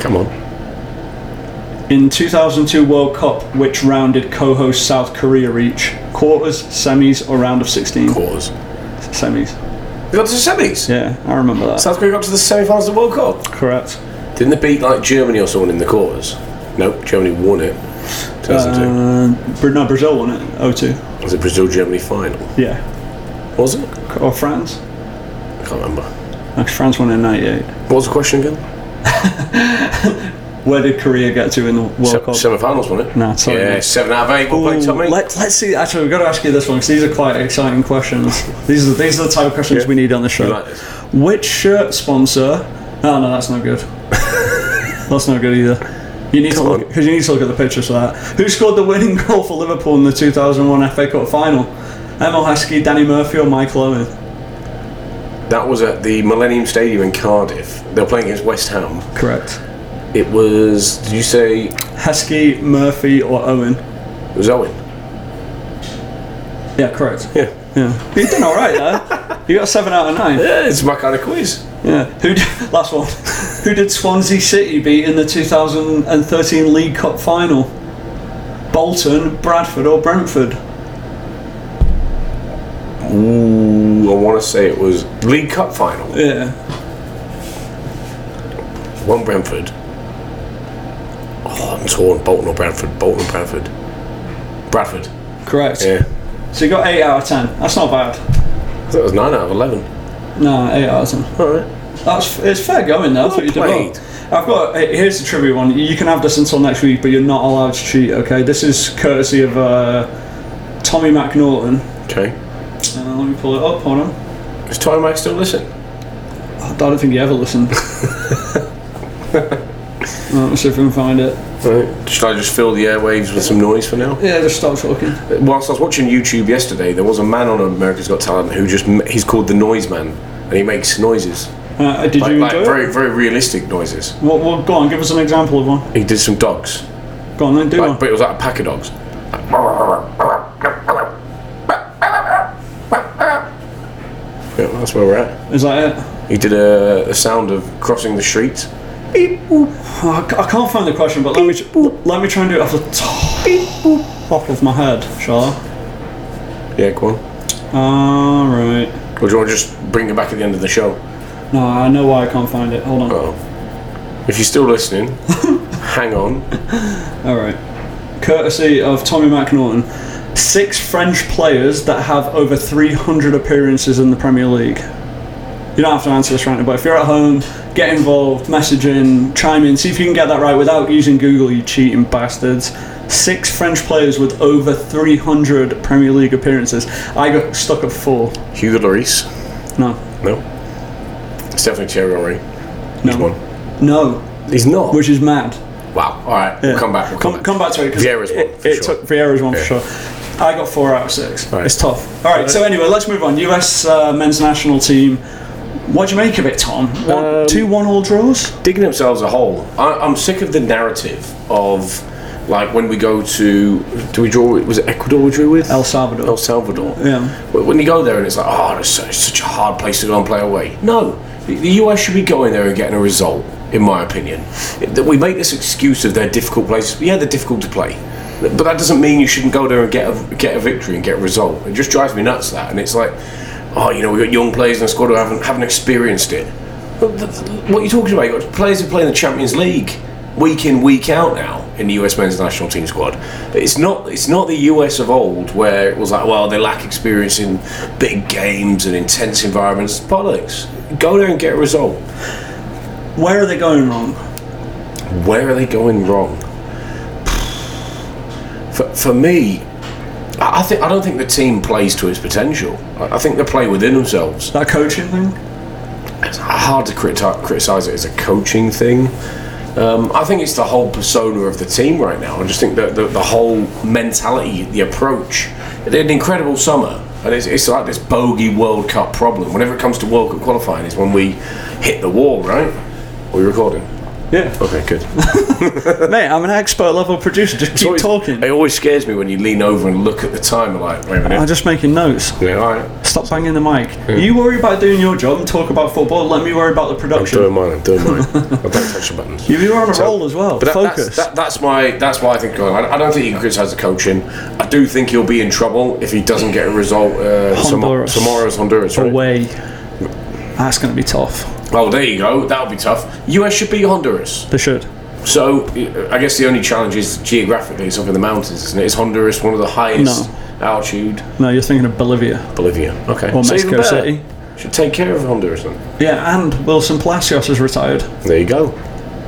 Speaker 2: Come on.
Speaker 1: In 2002 World Cup, which round did co-host South Korea reach? Quarters, semis, or round of 16?
Speaker 2: Quarters.
Speaker 1: Semis.
Speaker 2: They got to the semis.
Speaker 1: Yeah, I remember that.
Speaker 2: South Korea got to the semi finals of the World Cup.
Speaker 1: Correct.
Speaker 2: Didn't they beat like Germany or someone in the quarters? Nope, Germany won it. 2002.
Speaker 1: Uh, Bra- no, Brazil won it. 02.
Speaker 2: it was a Brazil Germany final.
Speaker 1: Yeah.
Speaker 2: Was it?
Speaker 1: Or France?
Speaker 2: I can't remember.
Speaker 1: No, France won in 98.
Speaker 2: What was the question again?
Speaker 1: Where did Korea get to in the World
Speaker 2: Se-
Speaker 1: Cup?
Speaker 2: semi finals, wasn't it?
Speaker 1: Nah, sorry,
Speaker 2: Yeah,
Speaker 1: mate.
Speaker 2: seven out of eight. Well
Speaker 1: Ooh,
Speaker 2: played, Tommy.
Speaker 1: Let, let's see. Actually, we've got to ask you this one because these are quite exciting questions. These are these are the type of questions we need on the show.
Speaker 2: You like this?
Speaker 1: Which shirt sponsor? Oh no, that's not good. that's not good either. You need to look
Speaker 2: on.
Speaker 1: because you need to look at the pictures for that. Who scored the winning goal for Liverpool in the 2001 FA Cup final? Emil Heskey, Danny Murphy, or Michael Owen?
Speaker 2: That was at the Millennium Stadium in Cardiff. They were playing against West Ham.
Speaker 1: Correct.
Speaker 2: It was. Did you say
Speaker 1: Heskey, Murphy, or Owen?
Speaker 2: it was Owen?
Speaker 1: Yeah, correct.
Speaker 2: Yeah.
Speaker 1: Yeah, you're doing all right there. You got seven out of nine.
Speaker 2: Yeah, it's my kind of quiz.
Speaker 1: Yeah. Who? d- Last one. Who did Swansea City beat in the 2013 League Cup final? Bolton, Bradford, or Brentford?
Speaker 2: Ooh, I want to say it was League Cup final.
Speaker 1: Yeah.
Speaker 2: One Brentford. Oh, I'm torn. Bolton or Brentford? Bolton or Brentford? Bradford.
Speaker 1: Correct.
Speaker 2: Yeah.
Speaker 1: So you got 8 out of 10. That's not bad.
Speaker 2: I thought it was 9 out of 11.
Speaker 1: No, 8 out of 10.
Speaker 2: All right.
Speaker 1: That's, it's fair going though. That's what you did well.
Speaker 2: played.
Speaker 1: I've got, hey, here's the trivia one. You can have this until next week, but you're not allowed to cheat, okay? This is courtesy of uh, Tommy McNaughton.
Speaker 2: Okay.
Speaker 1: Uh, let me pull it up, hold on.
Speaker 2: Is Tony Mac still listen?
Speaker 1: I don't think he ever listened. Uh, Let's see if we can find it.
Speaker 2: Right. Should I just fill the airwaves with some noise for now?
Speaker 1: Yeah, just stop talking.
Speaker 2: Whilst I was watching YouTube yesterday, there was a man on America's Got Talent who just he's called the Noise Man, and he makes noises
Speaker 1: Uh, did
Speaker 2: like,
Speaker 1: you
Speaker 2: like
Speaker 1: enjoy it?
Speaker 2: very very realistic noises.
Speaker 1: What, what, go on, give us an example of one.
Speaker 2: He did some dogs,
Speaker 1: Go on, then do
Speaker 2: like,
Speaker 1: one.
Speaker 2: but it was like a pack of dogs. Yeah, that's where we're at.
Speaker 1: Is that it?
Speaker 2: He did a, a sound of crossing the street. Beep boop,
Speaker 1: Oh, I, ca- I can't find the question, but let me tr- let me try and do it off the top
Speaker 2: beep boop.
Speaker 1: of my head, shall I?
Speaker 2: Yeah, go on.
Speaker 1: All right.
Speaker 2: Or do you want to just bring it back at the end of the show?
Speaker 1: No, I know why I can't find it. Hold on.
Speaker 2: Oh. If you're still listening, hang on.
Speaker 1: All right. Courtesy of Tommy McNaughton. Six French players that have over 300 appearances in the Premier League. You don't have to answer this right now, but if you're at home, get involved, message in, chime in, see if you can get that right without using Google, you cheating bastards. Six French players with over 300 Premier League appearances. I got stuck at four.
Speaker 2: Hugo Lloris.
Speaker 1: No.
Speaker 2: No. It's definitely Thierry Henry.
Speaker 1: No.
Speaker 2: He's one.
Speaker 1: No,
Speaker 2: He's not.
Speaker 1: which is mad.
Speaker 2: wow. All right. We'll come back. We'll come,
Speaker 1: Come,
Speaker 2: back.
Speaker 1: come back to it. 'cause
Speaker 2: Vieira's
Speaker 1: it-
Speaker 2: one, for
Speaker 1: it
Speaker 2: sure.
Speaker 1: took- Vieira's one
Speaker 2: Yeah.
Speaker 1: for sure. I got four out of six.
Speaker 2: Right.
Speaker 1: It's tough. All right. So anyway, let's move on. U.S. Uh, men's national team. What'd you make of it, Tom? One, two one-all draws.
Speaker 2: digging themselves a hole. I, I'm sick of the narrative of like when we go to do we draw was it Ecuador we drew with
Speaker 1: El Salvador.
Speaker 2: El Salvador
Speaker 1: Yeah.
Speaker 2: But when you go there and it's like oh it's such, such a hard place to go and play away no the, the US should be going there and getting a result in my opinion It- that we make this excuse of they're difficult places but yeah they're difficult to play but that doesn't mean you shouldn't go there and get a, get a victory and get a result it just drives me nuts that and it's like oh you know we've got young players in the squad who haven't haven't experienced it but th- th- What are you talking about? You've got players who play in the Champions League week in, week out now in the US men's national team squad. It's not it's not the US of old where it was like, well, they lack experience in big games and intense environments. Bollocks. Go there and get a result.
Speaker 1: Where are they going wrong?
Speaker 2: Where are they going wrong? For, for me, I I think I don't think the team plays to its potential. I I think they play within themselves.
Speaker 1: That coaching thing.
Speaker 2: it's hard to criti- criticize it as a coaching thing. Um, I think it's the whole persona of the team right now. I just think that the, the whole mentality, the approach. They had an incredible summer, and it's, it's like this bogey World Cup problem. Whenever it comes to World Cup qualifying, is when we hit the wall, right? Are we recording?
Speaker 1: Yeah,
Speaker 2: Okay, good.
Speaker 1: mate. I'm an expert level producer. Just keep
Speaker 2: Always-
Speaker 1: talking.
Speaker 2: It always scares me when you lean over and look at the time and like, wait a
Speaker 1: I'm
Speaker 2: minute.
Speaker 1: just making notes.
Speaker 2: Yeah, all right.
Speaker 1: Stop banging the mic. You worry about doing your job and talk about football. Let me worry about the production.
Speaker 2: Doing mine, I'm doing mine. I don't touch the buttons.
Speaker 1: You- You're on a roll as well.
Speaker 2: But that,
Speaker 1: Focus.
Speaker 2: That's, that, that's my that's why I think going. I, I don't think you can criticise the coaching. I do think he'll be in trouble if he doesn't get a result. Uh, tom-
Speaker 1: Honduras.
Speaker 2: tomorrow's Honduras. Right?
Speaker 1: Away. That's going to be tough.
Speaker 2: Oh, there you go. That'll be tough. US should be Honduras.
Speaker 1: They should.
Speaker 2: So uh, I guess the only challenge is geographically it's up in the mountains, isn't it? Is Honduras one of the highest altitude?
Speaker 1: No, you're thinking of Bolivia.
Speaker 2: Bolivia. Okay.
Speaker 1: Or
Speaker 2: So even
Speaker 1: Mexico
Speaker 2: better.
Speaker 1: City.
Speaker 2: Should take care of Honduras then.
Speaker 1: Yeah, and Wilson Palacios is retired.
Speaker 2: There you go.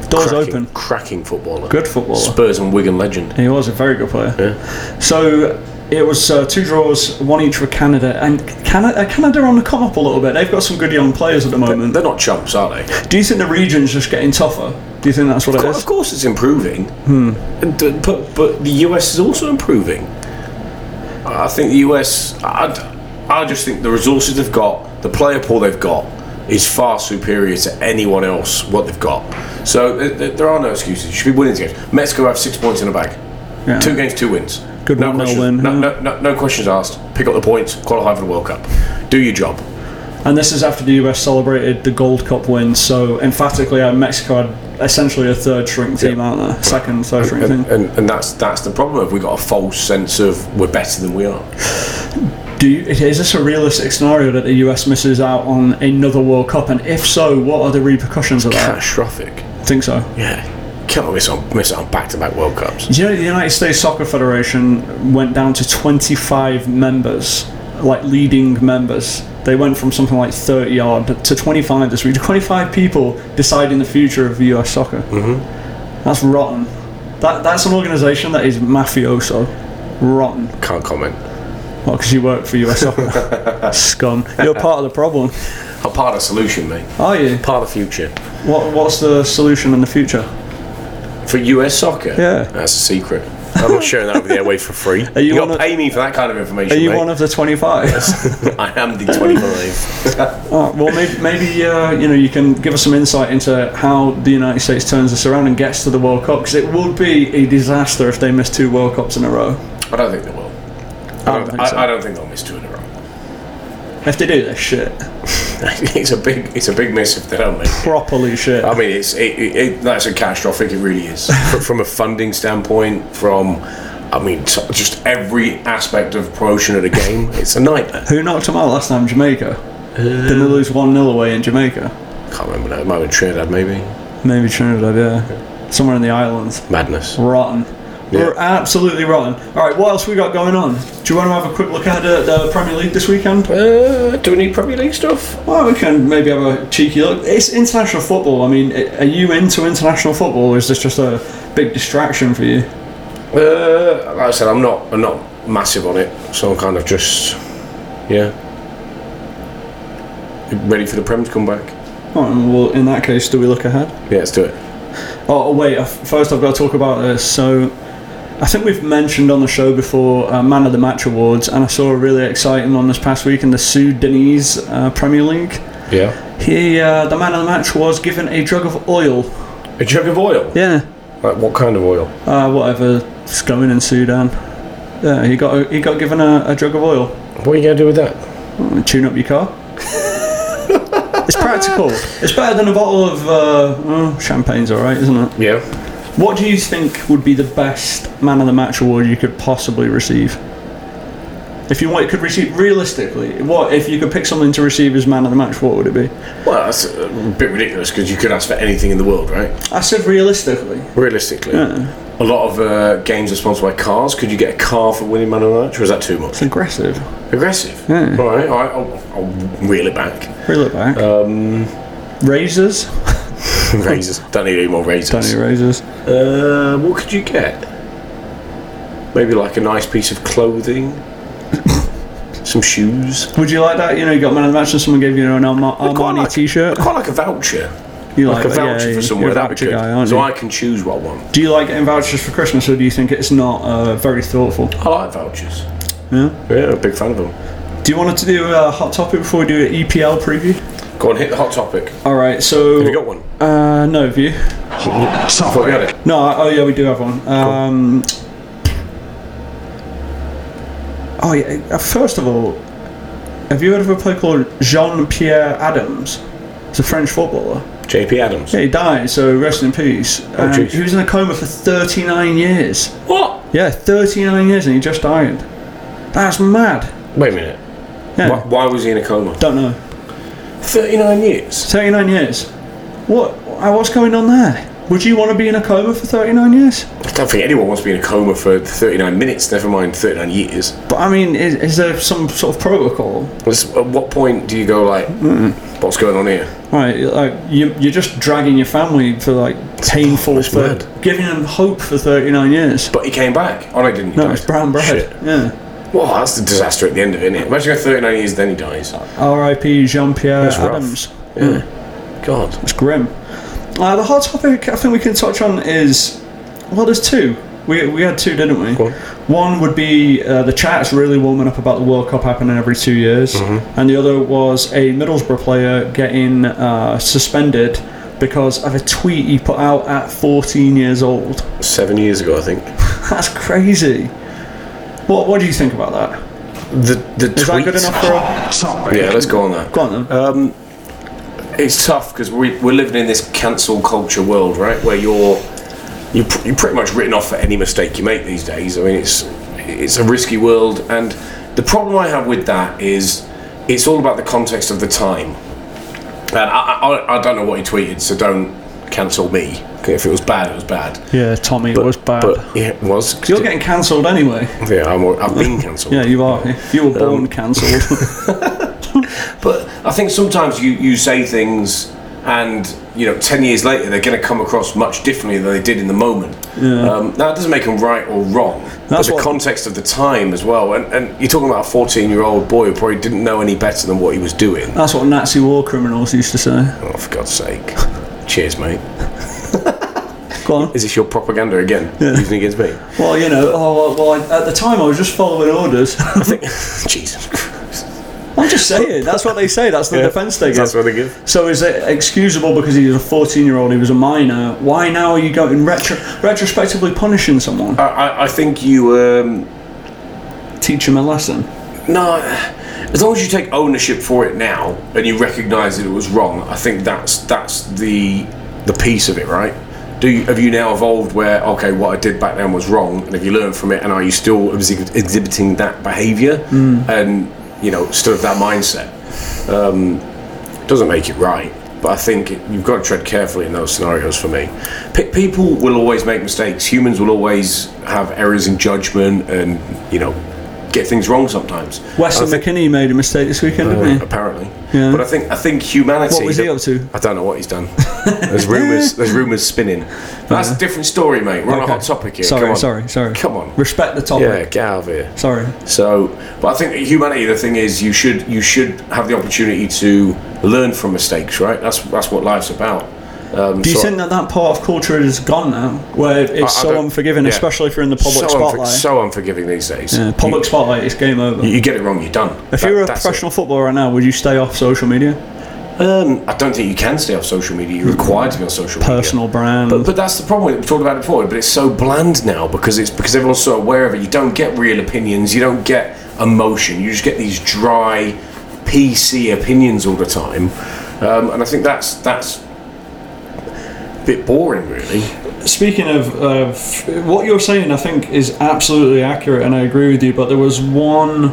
Speaker 1: Doors
Speaker 2: cracking,
Speaker 1: open.
Speaker 2: Cracking footballer.
Speaker 1: Good footballer.
Speaker 2: Spurs and Wigan legend.
Speaker 1: He was a very good player. So it was uh, two draws, one each for Canada, and Canada, Canada are on the come up a little bit. They've got some good young players at the moment.
Speaker 2: They're not chumps, are they?
Speaker 1: Do you think the region's just getting tougher? Do you think that's what it
Speaker 2: Well, of
Speaker 1: is?
Speaker 2: course, it's improving.
Speaker 1: Hmm.
Speaker 2: And, uh, But but the US is also improving. I think the US. I, I just think the resources they've got, the player pool they've got, is far superior to anyone else. What they've got. So th- th- there are no excuses. You should be winning these games. Mexico have six points in the bag.
Speaker 1: Yeah.
Speaker 2: Two games, two wins.
Speaker 1: Good
Speaker 2: no
Speaker 1: one, no
Speaker 2: questions,
Speaker 1: win,
Speaker 2: No,
Speaker 1: yeah.
Speaker 2: no, no, no questions asked. Pick up the points. Qualify for the World Cup. Do your job.
Speaker 1: And this is after the US celebrated the Gold Cup win, so emphatically, uh, Mexico had essentially a third shrink team, out there? Second, third shrink
Speaker 2: And,
Speaker 1: team.
Speaker 2: and, and that's that's the problem. Have we got a false sense of we're better than we are?
Speaker 1: Do you, is this a realistic scenario that the US misses out on another World Cup? And if so, what are the repercussions of that?
Speaker 2: Catastrophic.
Speaker 1: I think so.
Speaker 2: Yeah. Can't miss on miss out on back to back World Cups.
Speaker 1: Do you know the United States Soccer Federation went down to 25 members, like leading members? They went from something like 30 odd to 25 this week. 25 people deciding the future of US soccer. Mm-hmm. That's rotten. That, that's an organisation that is mafioso. Rotten.
Speaker 2: Can't comment.
Speaker 1: Well, because you work for US soccer. Scum. You're part of the problem.
Speaker 2: I'm part of the solution, mate.
Speaker 1: Are you?
Speaker 2: Part of the future.
Speaker 1: What, what's the solution in the future?
Speaker 2: For US soccer?
Speaker 1: Yeah.
Speaker 2: That's a secret. I'm not sharing that over the airway for free. Are
Speaker 1: you
Speaker 2: you got
Speaker 1: on
Speaker 2: to
Speaker 1: a-
Speaker 2: pay me for that kind of information.
Speaker 1: Are you
Speaker 2: mate.
Speaker 1: one of the 25?
Speaker 2: I am the 25.
Speaker 1: Alright, well, maybe, maybe uh, you know you can give us some insight into how the United States turns this around and gets to the World Cup because it would be a disaster if they miss two World Cups in a row.
Speaker 2: I don't think they will. I
Speaker 1: don't
Speaker 2: don't,
Speaker 1: think
Speaker 2: I,
Speaker 1: so.
Speaker 2: I don't think they'll miss two in a row.
Speaker 1: If they do, they're shit.
Speaker 2: it's a big, it's a big miss if they don't make. it.
Speaker 1: Properly shit.
Speaker 2: I mean, it's it, it, it, that's a catastrophic. It really is Fr- from a funding standpoint. From, I mean, t- just every aspect of promotion of the game. It's a nightmare.
Speaker 1: Who knocked them out last time? Jamaica. Didn't they lose one 0 away in Jamaica?
Speaker 2: Can't remember now. It might have been Trinidad, maybe.
Speaker 1: Maybe Trinidad. Yeah, somewhere in the islands.
Speaker 2: Madness.
Speaker 1: Rotten.
Speaker 2: Yeah.
Speaker 1: We're absolutely rotten. All right, what else we got going on? Do you want to have a quick look at uh, the Premier League this weekend?
Speaker 2: Uh, do we need Premier League stuff?
Speaker 1: Well, we can maybe have a cheeky look. It's international football. I mean, i- are you into international football, or is this just a big distraction for you?
Speaker 2: Uh, like I said, I'm not, I'm not massive on it, so I'm kind of just, yeah, ready for the Prem to come back.
Speaker 1: Alright, well, in that case, do we look ahead?
Speaker 2: Yeah, let's do it.
Speaker 1: Oh, wait. I- First, I've got to talk about this. So, I think we've mentioned on the show before uh, Man of the Match awards, and I saw a really exciting one this past week in the Sudanese uh, Premier League.
Speaker 2: Yeah.
Speaker 1: He, uh, the Man of the Match, was given a jug of oil.
Speaker 2: A jug of oil.
Speaker 1: Yeah.
Speaker 2: Like what kind of oil?
Speaker 1: Uh, whatever. It's going in Sudan. Yeah, he got a, he got given a, a jug of oil.
Speaker 2: What are you gonna do with that?
Speaker 1: and tune up your car. it's practical. It's better than a bottle of uh, oh, champagne's, all right, isn't it?
Speaker 2: Yeah.
Speaker 1: What do you think would be the best man of the match award you could possibly receive? If you want, could receive realistically. What if you could pick something to receive as man of the match? What would it be?
Speaker 2: Well, that's a bit ridiculous because you could ask for anything in the world, right?
Speaker 1: I said realistically.
Speaker 2: Realistically, a lot of uh, games are sponsored by cars. Could you get a car for winning Man of the Match, or is that too much?
Speaker 1: It's aggressive.
Speaker 2: Aggressive. All right, all right I'll, I'll reel it back.
Speaker 1: Reel it back. Um, razors.
Speaker 2: razors. Don't need any more razors.
Speaker 1: Don't need razors.
Speaker 2: Uh, what could you get? Maybe like a nice piece of clothing, some shoes.
Speaker 1: Would you like that? You know, you got man of the match, and someone gave you an Arma-
Speaker 2: Quite
Speaker 1: Armani
Speaker 2: like-
Speaker 1: T-shirt.
Speaker 2: Quite like a voucher.
Speaker 1: You
Speaker 2: Like a
Speaker 1: that?
Speaker 2: voucher
Speaker 1: Yeah,
Speaker 2: for
Speaker 1: you're
Speaker 2: somewhere.
Speaker 1: a
Speaker 2: That'd be
Speaker 1: voucher
Speaker 2: good.
Speaker 1: guy, aren't
Speaker 2: so
Speaker 1: you?
Speaker 2: I can choose what I want.
Speaker 1: Do you like getting vouchers for Christmas, or do you think it's not uh, very thoughtful?
Speaker 2: I like vouchers.
Speaker 1: Yeah.
Speaker 2: Yeah, a big fan of them.
Speaker 1: Do you want us to do a hot topic before we do an EPL preview?
Speaker 2: Go on, hit the hot topic.
Speaker 1: All right. So.
Speaker 2: Have you got one?
Speaker 1: Uh, no, have you?
Speaker 2: I thought we had it.
Speaker 1: No. I- Oh yeah, we do have one. Um. Oh yeah. uh, First of all, have you heard of a player called Jean Pierre Adams? He's a French footballer.
Speaker 2: JP Adams.
Speaker 1: Yeah, he died, so rest in peace. Um,
Speaker 2: jeez.
Speaker 1: he was in a coma for 39 years.
Speaker 2: What?
Speaker 1: Yeah, 39 years, and he just died. That's mad.
Speaker 2: Wait a minute.
Speaker 1: Yeah.
Speaker 2: Why, why was he in a coma?
Speaker 1: Don't know.
Speaker 2: 39 years.
Speaker 1: 39 years. What? uh, What's going on there? Would you want to be in a coma for 39 years?
Speaker 2: I don't think anyone wants to be in a coma for 39 minutes, never mind 39 years.
Speaker 1: But I mean, is, is there some sort of protocol?
Speaker 2: It's- At what point do you go, like, what's going on here?
Speaker 1: Right, like you, you're just dragging your family for like painful,
Speaker 2: That's
Speaker 1: for
Speaker 2: mad.
Speaker 1: giving them hope for 39 years.
Speaker 2: But he came back. Oh, no, he didn't. He
Speaker 1: No,
Speaker 2: died.
Speaker 1: it's brown bread.
Speaker 2: Shit.
Speaker 1: Yeah.
Speaker 2: Well, that's the disaster at the end of it, isn't it? Imagine going 39 years, then he dies.
Speaker 1: R.I.P. Jean Pierre
Speaker 2: rough.
Speaker 1: Adams.
Speaker 2: God.
Speaker 1: It's grim. Uh, the hot topic I think we can touch on is well, there's two. We, we had two, didn't we?
Speaker 2: Go on.
Speaker 1: One would be uh, the chat's really warming up about the World Cup happening every two years,
Speaker 2: Mm-hmm.
Speaker 1: and the other was a Middlesbrough player getting uh, suspended because of a tweet he put out at 14 years old.
Speaker 2: Seven years ago, I think.
Speaker 1: That's crazy. What what do you think about that?
Speaker 2: The the
Speaker 1: Is that good enough for a...
Speaker 2: Yeah, let's go on that.
Speaker 1: Go on then.
Speaker 2: It's tough because we, we're living in this cancel culture world, right? Where you're you're, pr- you're pretty much written off for any mistake you make these days. I mean, it's it's a risky world, and the problem I have with that is it's all about the context of the time. And I, I, I- I don't know what he tweeted, so don't cancel me. 'Kay, If it was bad, it was bad.
Speaker 1: yeah, Tommy, it was bad.
Speaker 2: But yeah, it was.
Speaker 1: You're getting cancelled anyway.
Speaker 2: yeah, I'm, al- I've been cancelled.
Speaker 1: Yeah, you are. You were born
Speaker 2: Um,
Speaker 1: cancelled.
Speaker 2: But I think sometimes you, you say things and you know 10 years later they're going to come across much differently than they did in the moment um, now it doesn't make them right or wrong but
Speaker 1: That's
Speaker 2: the
Speaker 1: what-
Speaker 2: context of the time as well and, and you're talking about a 14 year old boy who probably didn't know any better than what he was doing
Speaker 1: That's what Nazi war criminals used to say.
Speaker 2: oh for god's sake cheers mate
Speaker 1: Go on.
Speaker 2: is this your propaganda again using against me
Speaker 1: Well, you know, oh, well, I, at the time I was just following orders.
Speaker 2: i think jesus Christ.
Speaker 1: I'm just saying. That's what they say. That's the defence they give.
Speaker 2: that's what they give
Speaker 1: So is it excusable because he was a 14 year old, he was a minor? Why now are you going retro- retrospectively punishing someone?
Speaker 2: I, I, I think you um,
Speaker 1: Teach him a lesson.
Speaker 2: No, as long as you take ownership for it now and you recognise that it was wrong, I think that's that's the the piece of it, right? Do you, have you now evolved where okay, what I did back then was wrong, and have you learned from it, and are you still exhi- exhibiting that behaviour and you know still have that mindset? doesn't make it right. But I think it- you've got to tread carefully in those scenarios for me. Pe- people will always make mistakes. Humans will always have errors in judgment and, you know, get things wrong sometimes.
Speaker 1: Weston
Speaker 2: I think-
Speaker 1: McKinney made a mistake this weekend, didn't he?
Speaker 2: Apparently.
Speaker 1: Yeah.
Speaker 2: But I think I think humanity.
Speaker 1: What was he up to?
Speaker 2: I don't know what he's done. There's rumours. there's rumours spinning. But that's a different story, mate. We're on a
Speaker 1: Okay.
Speaker 2: hot topic here.
Speaker 1: Sorry,
Speaker 2: Come on.
Speaker 1: sorry, sorry.
Speaker 2: Come on.
Speaker 1: Respect the topic.
Speaker 2: Yeah, get out of here.
Speaker 1: Sorry.
Speaker 2: So, but I think humanity. The thing is, you should you should have the opportunity to learn from mistakes, right? That's that's what life's about. Um,
Speaker 1: Do you
Speaker 2: so-
Speaker 1: think that that part of culture is gone now, where it's
Speaker 2: I
Speaker 1: so
Speaker 2: don't-
Speaker 1: unforgiving,
Speaker 2: yeah.
Speaker 1: especially if you're in the
Speaker 2: so,
Speaker 1: public
Speaker 2: unfor-
Speaker 1: spotlight?
Speaker 2: so unforgiving these days?
Speaker 1: Yeah, public
Speaker 2: you,
Speaker 1: spotlight, it's game over.
Speaker 2: you get it wrong, you're done.
Speaker 1: if
Speaker 2: That-
Speaker 1: you were a
Speaker 2: that's
Speaker 1: professional footballer right now, would you stay off social media?
Speaker 2: it. um, I don't think you can stay off social media. You're required to be on social
Speaker 1: Personal
Speaker 2: media.
Speaker 1: brand.
Speaker 2: But, but that's the problem. We've talked about it before, but it's so bland now because it's because everyone's so aware of it. You don't get real opinions. You don't get emotion. You just get these dry, PC opinions all the time, um, and I think that's that's a bit boring, really.
Speaker 1: Speaking of, of what you're saying, I think is absolutely accurate, and I agree with you. But there was one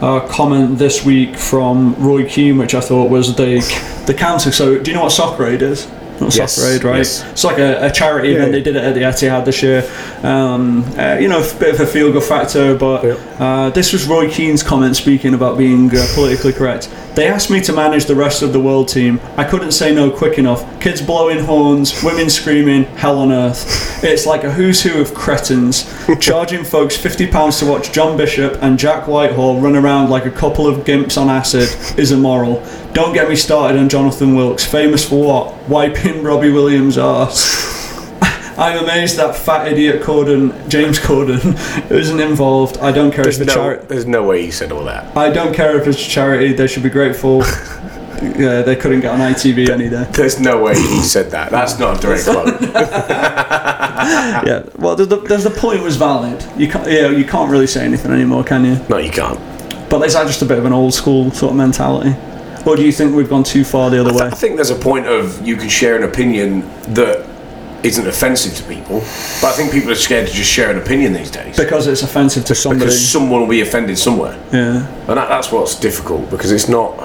Speaker 1: uh, comment this week from Roy Keane, which I thought was the the counter. So, do you know what Soccer Aid is? Not
Speaker 2: Yes,
Speaker 1: Soccer Aid, right?
Speaker 2: yes.
Speaker 1: It's like a, a charity event. They did it at the Etihad this year. Um, uh, you know, a bit of a feel good factor. But uh, this was Roy Keane's comment speaking about being uh, politically correct. They asked me to manage the rest of the world team. I couldn't say no quick enough. Kids blowing horns, women screaming, hell on earth. It's like a who's who of cretins, charging folks £50 to watch John Bishop and Jack Whitehall run around like a couple of gimps on acid is immoral. Don't get me started on Jonathan Wilkes, famous for what? Wiping Robbie Williams' arse. I'm amazed that fat idiot Corden, James Corden, isn't involved. I don't care if the
Speaker 2: no,
Speaker 1: charity.
Speaker 2: there's no way you said all that.
Speaker 1: I don't care if it's charity. They should be grateful. yeah, they couldn't get on ITV any day.
Speaker 2: There's no way he said that. That's not a direct quote.
Speaker 1: Yeah. Well, the, the, there's the point was valid. You can't. Yeah, you can't really say anything anymore, can you?
Speaker 2: No, you can't.
Speaker 1: But is that just a bit of an old school sort of mentality, or do you think we've gone too far the other way?
Speaker 2: I think there's a point of you can share an opinion that isn't offensive to people, but I think people are scared to just share an opinion these days
Speaker 1: Because it's offensive to somebody.
Speaker 2: because someone will be offended somewhere,
Speaker 1: yeah.
Speaker 2: and that, that's what's difficult because it's not.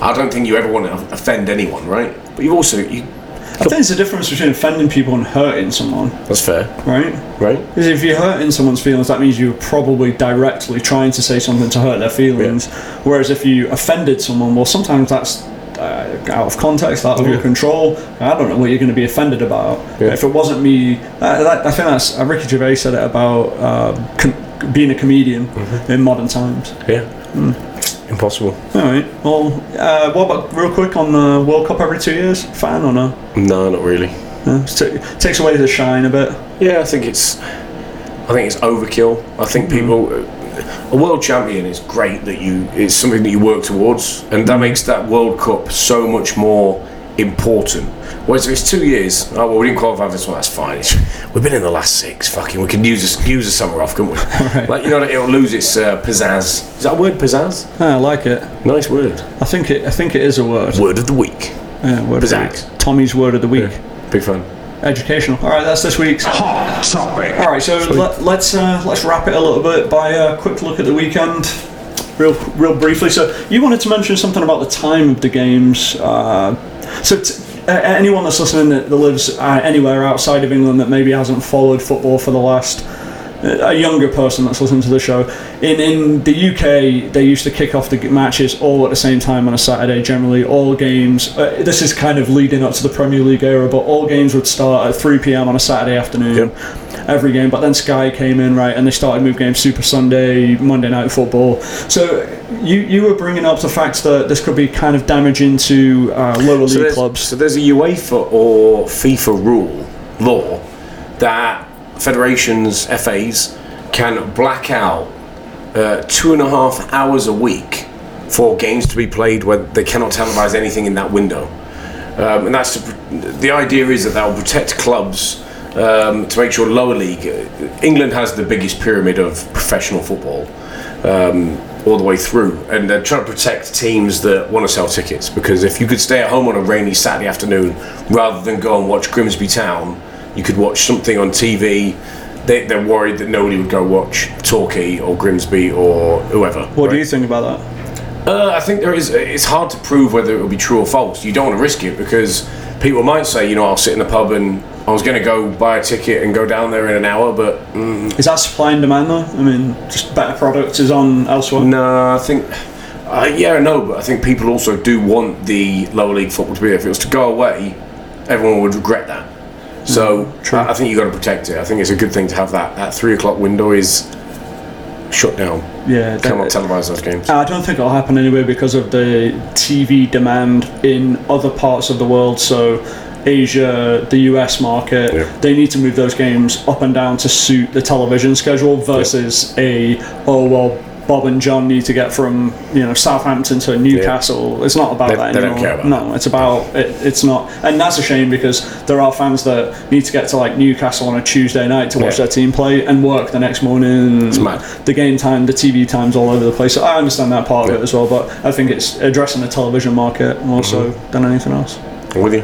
Speaker 2: I don't think you ever want to offend anyone, right? But you also you,
Speaker 1: I think it's the difference between offending people and hurting someone,
Speaker 2: that's fair,
Speaker 1: right?
Speaker 2: right?
Speaker 1: Because if you're hurting someone's feelings, that means you're probably directly trying to say something to hurt their feelings. Whereas if you offended someone, well, sometimes that's uh, out of context, out of your control. I don't know what you're going to be offended about.
Speaker 2: Yeah.
Speaker 1: If it wasn't me, that, that, I think that's uh, Ricky Gervais said it about uh, com- being a comedian in modern times.
Speaker 2: Yeah, impossible.
Speaker 1: All right. Well, uh, what about real quick on the World Cup every two years? Fan or no?
Speaker 2: No, not really.
Speaker 1: no it's t- takes away the shine a bit.
Speaker 2: Yeah, I think it's. I think it's overkill. I think people. A world champion is Mm-hmm. great that you. It's something that you work towards, and that makes that World Cup so much more important. Whereas if it's two years, oh well, we didn't qualify for this one. That's fine. It's, we've been in the last six. Fucking, we can use a, use a summer off, couldn't we?
Speaker 1: Right.
Speaker 2: Like you know, it'll lose its uh, pizzazz. Is that a word? Pizzazz?
Speaker 1: Yeah, Ah, I like it.
Speaker 2: Nice word.
Speaker 1: I think it. I think it is a word.
Speaker 2: Word of the week.
Speaker 1: Yeah, Uh, word of the
Speaker 2: Pizzazz.
Speaker 1: week. Tommy's word of the week.
Speaker 2: Big fan.
Speaker 1: Educational. All right, that's this week's.
Speaker 3: Hot topic.
Speaker 1: All right, so let, let's uh, let's wrap it a little bit by a quick look at the weekend, real real briefly. So you wanted to mention something about the time of the games. Uh, so t- uh, anyone that's listening that, that lives uh, anywhere outside of England that maybe hasn't followed football for the last a younger person that's listening to the show in in the UK they used to kick off the g- matches all at the same time on a Saturday generally all games uh, this is kind of leading up to the Premier League era but all games would start at 3 p.m. on a Saturday afternoon every game but then Sky came in right and they started move games Super Sunday Monday Night Football so you you were bringing up the fact that this could be kind of damaging to uh, lower league
Speaker 2: there's-
Speaker 1: clubs
Speaker 2: So there's a UEFA or FIFA rule law that federations, FAs, can black out uh, two and a half hours a week for games to be played where they cannot televise anything in that window. Um, and that's to, pr- the idea is that that will protect clubs um, to make sure lower league. England has the biggest pyramid of professional football um, all the way through, and they're trying to protect teams that want to sell tickets because if you could stay at home on a rainy Saturday afternoon rather than go and watch Grimsby Town, you could watch something on TV. They, they're worried that nobody would go watch Torquay or Grimsby or whoever.
Speaker 1: what
Speaker 2: right?
Speaker 1: do you think about that
Speaker 2: Uh, I think there is. It's hard to prove whether it will be true or false. You don't want to risk it because people might say, you know, I'll sit in the pub and I was going to go buy a ticket and go down there in an hour, but
Speaker 1: is that supply and demand though I mean just better product is on elsewhere
Speaker 2: No, I think. Uh, yeah, no, but I think people also do want the lower league football to be. there. If it was to go away, everyone would regret that. So
Speaker 1: true.
Speaker 2: I, I think you got to protect it. I think it's a good thing to have that. That three o'clock window is shut down.
Speaker 1: yeah
Speaker 2: Cannot
Speaker 1: that-
Speaker 2: televise those games.
Speaker 1: Uh, I don't think it'll happen anyway because of the TV demand in other parts of the world. So, Asia, the US market,
Speaker 2: Yeah.
Speaker 1: they need to move those games up and down to suit the television schedule versus a, oh, well, Bob and John need to get from you know Southampton to Newcastle. It's not about
Speaker 2: They-
Speaker 1: that
Speaker 2: they don't
Speaker 1: anymore.
Speaker 2: care about
Speaker 1: no, it's about it, it's not, and that's a shame because there are fans that need to get to like Newcastle on a Tuesday night to watch their
Speaker 2: Yeah.
Speaker 1: team play and work the next morning. It's
Speaker 2: mad.
Speaker 1: the game time, the TV times all over the place. So I understand that part of it as well, but I think it's addressing the television market more so
Speaker 2: Mm-hmm.
Speaker 1: than anything else.
Speaker 2: I'm with you.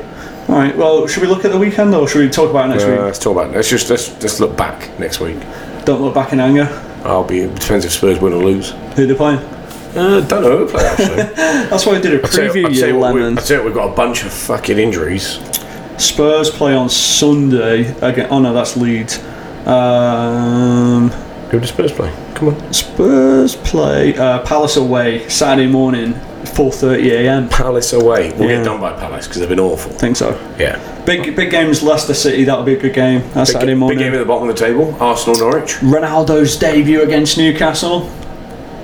Speaker 1: All right. Well, should we look at the weekend or should we talk about it next
Speaker 2: Uh, let's talk about. Let's just let's just look back next week.
Speaker 1: week? Don't look back in anger.
Speaker 2: I'll be it depends if Spurs win or lose.
Speaker 1: Who they playing?
Speaker 2: Uh, don't know who to play actually.
Speaker 1: That's why I did a
Speaker 2: Tell you-
Speaker 1: preview.
Speaker 2: I'll tell you
Speaker 1: you
Speaker 2: what, we-
Speaker 1: lemon.
Speaker 2: I'll tell you what, we've got a bunch of fucking injuries.
Speaker 1: Spurs play on Sunday again. Oh no, that's Leeds. Um,
Speaker 2: Who does Spurs play? Come on.
Speaker 1: Spurs play uh, Palace away Saturday morning, 4:30 a.m.
Speaker 2: Palace away. We'll
Speaker 1: Yeah.
Speaker 2: get done by Palace because they've been awful.
Speaker 1: think so.
Speaker 2: Yeah.
Speaker 1: Big big games Leicester City. That'll be a good game. That's
Speaker 2: Big,
Speaker 1: Saturday morning.
Speaker 2: big game at the bottom of the table. Arsenal Norwich.
Speaker 1: Ronaldo's debut against Newcastle.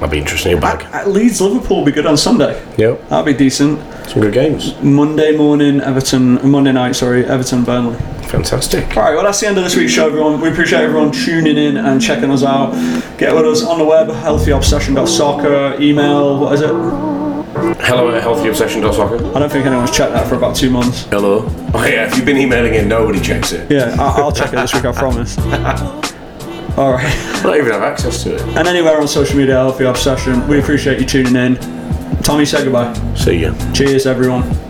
Speaker 2: That'd be interesting. Your bag.
Speaker 1: At Leeds Liverpool will be good on Sunday.
Speaker 2: Yep.
Speaker 1: That'll be decent.
Speaker 2: Some good games.
Speaker 1: Monday morning, Everton. Monday night, sorry, Everton Burnley.
Speaker 2: Fantastic.
Speaker 1: All right, well that's the end of this week's show, everyone. We appreciate everyone tuning in and checking us out. Get with us on the web, healthyobsession.soccer. Email, what is it? I
Speaker 2: Hello at healthyobsession.soccer.
Speaker 1: don't think anyone's checked that for about two months.
Speaker 2: Hello. Oh yeah, if you've been emailing in, nobody checks it.
Speaker 1: Yeah, I- I'll check it this week. I promise. All right,
Speaker 2: I don't even have access to it.
Speaker 1: and anywhere on social media, healthy obsession. We appreciate you tuning in. Tommy, say goodbye.
Speaker 2: See ya.
Speaker 1: Cheers, everyone.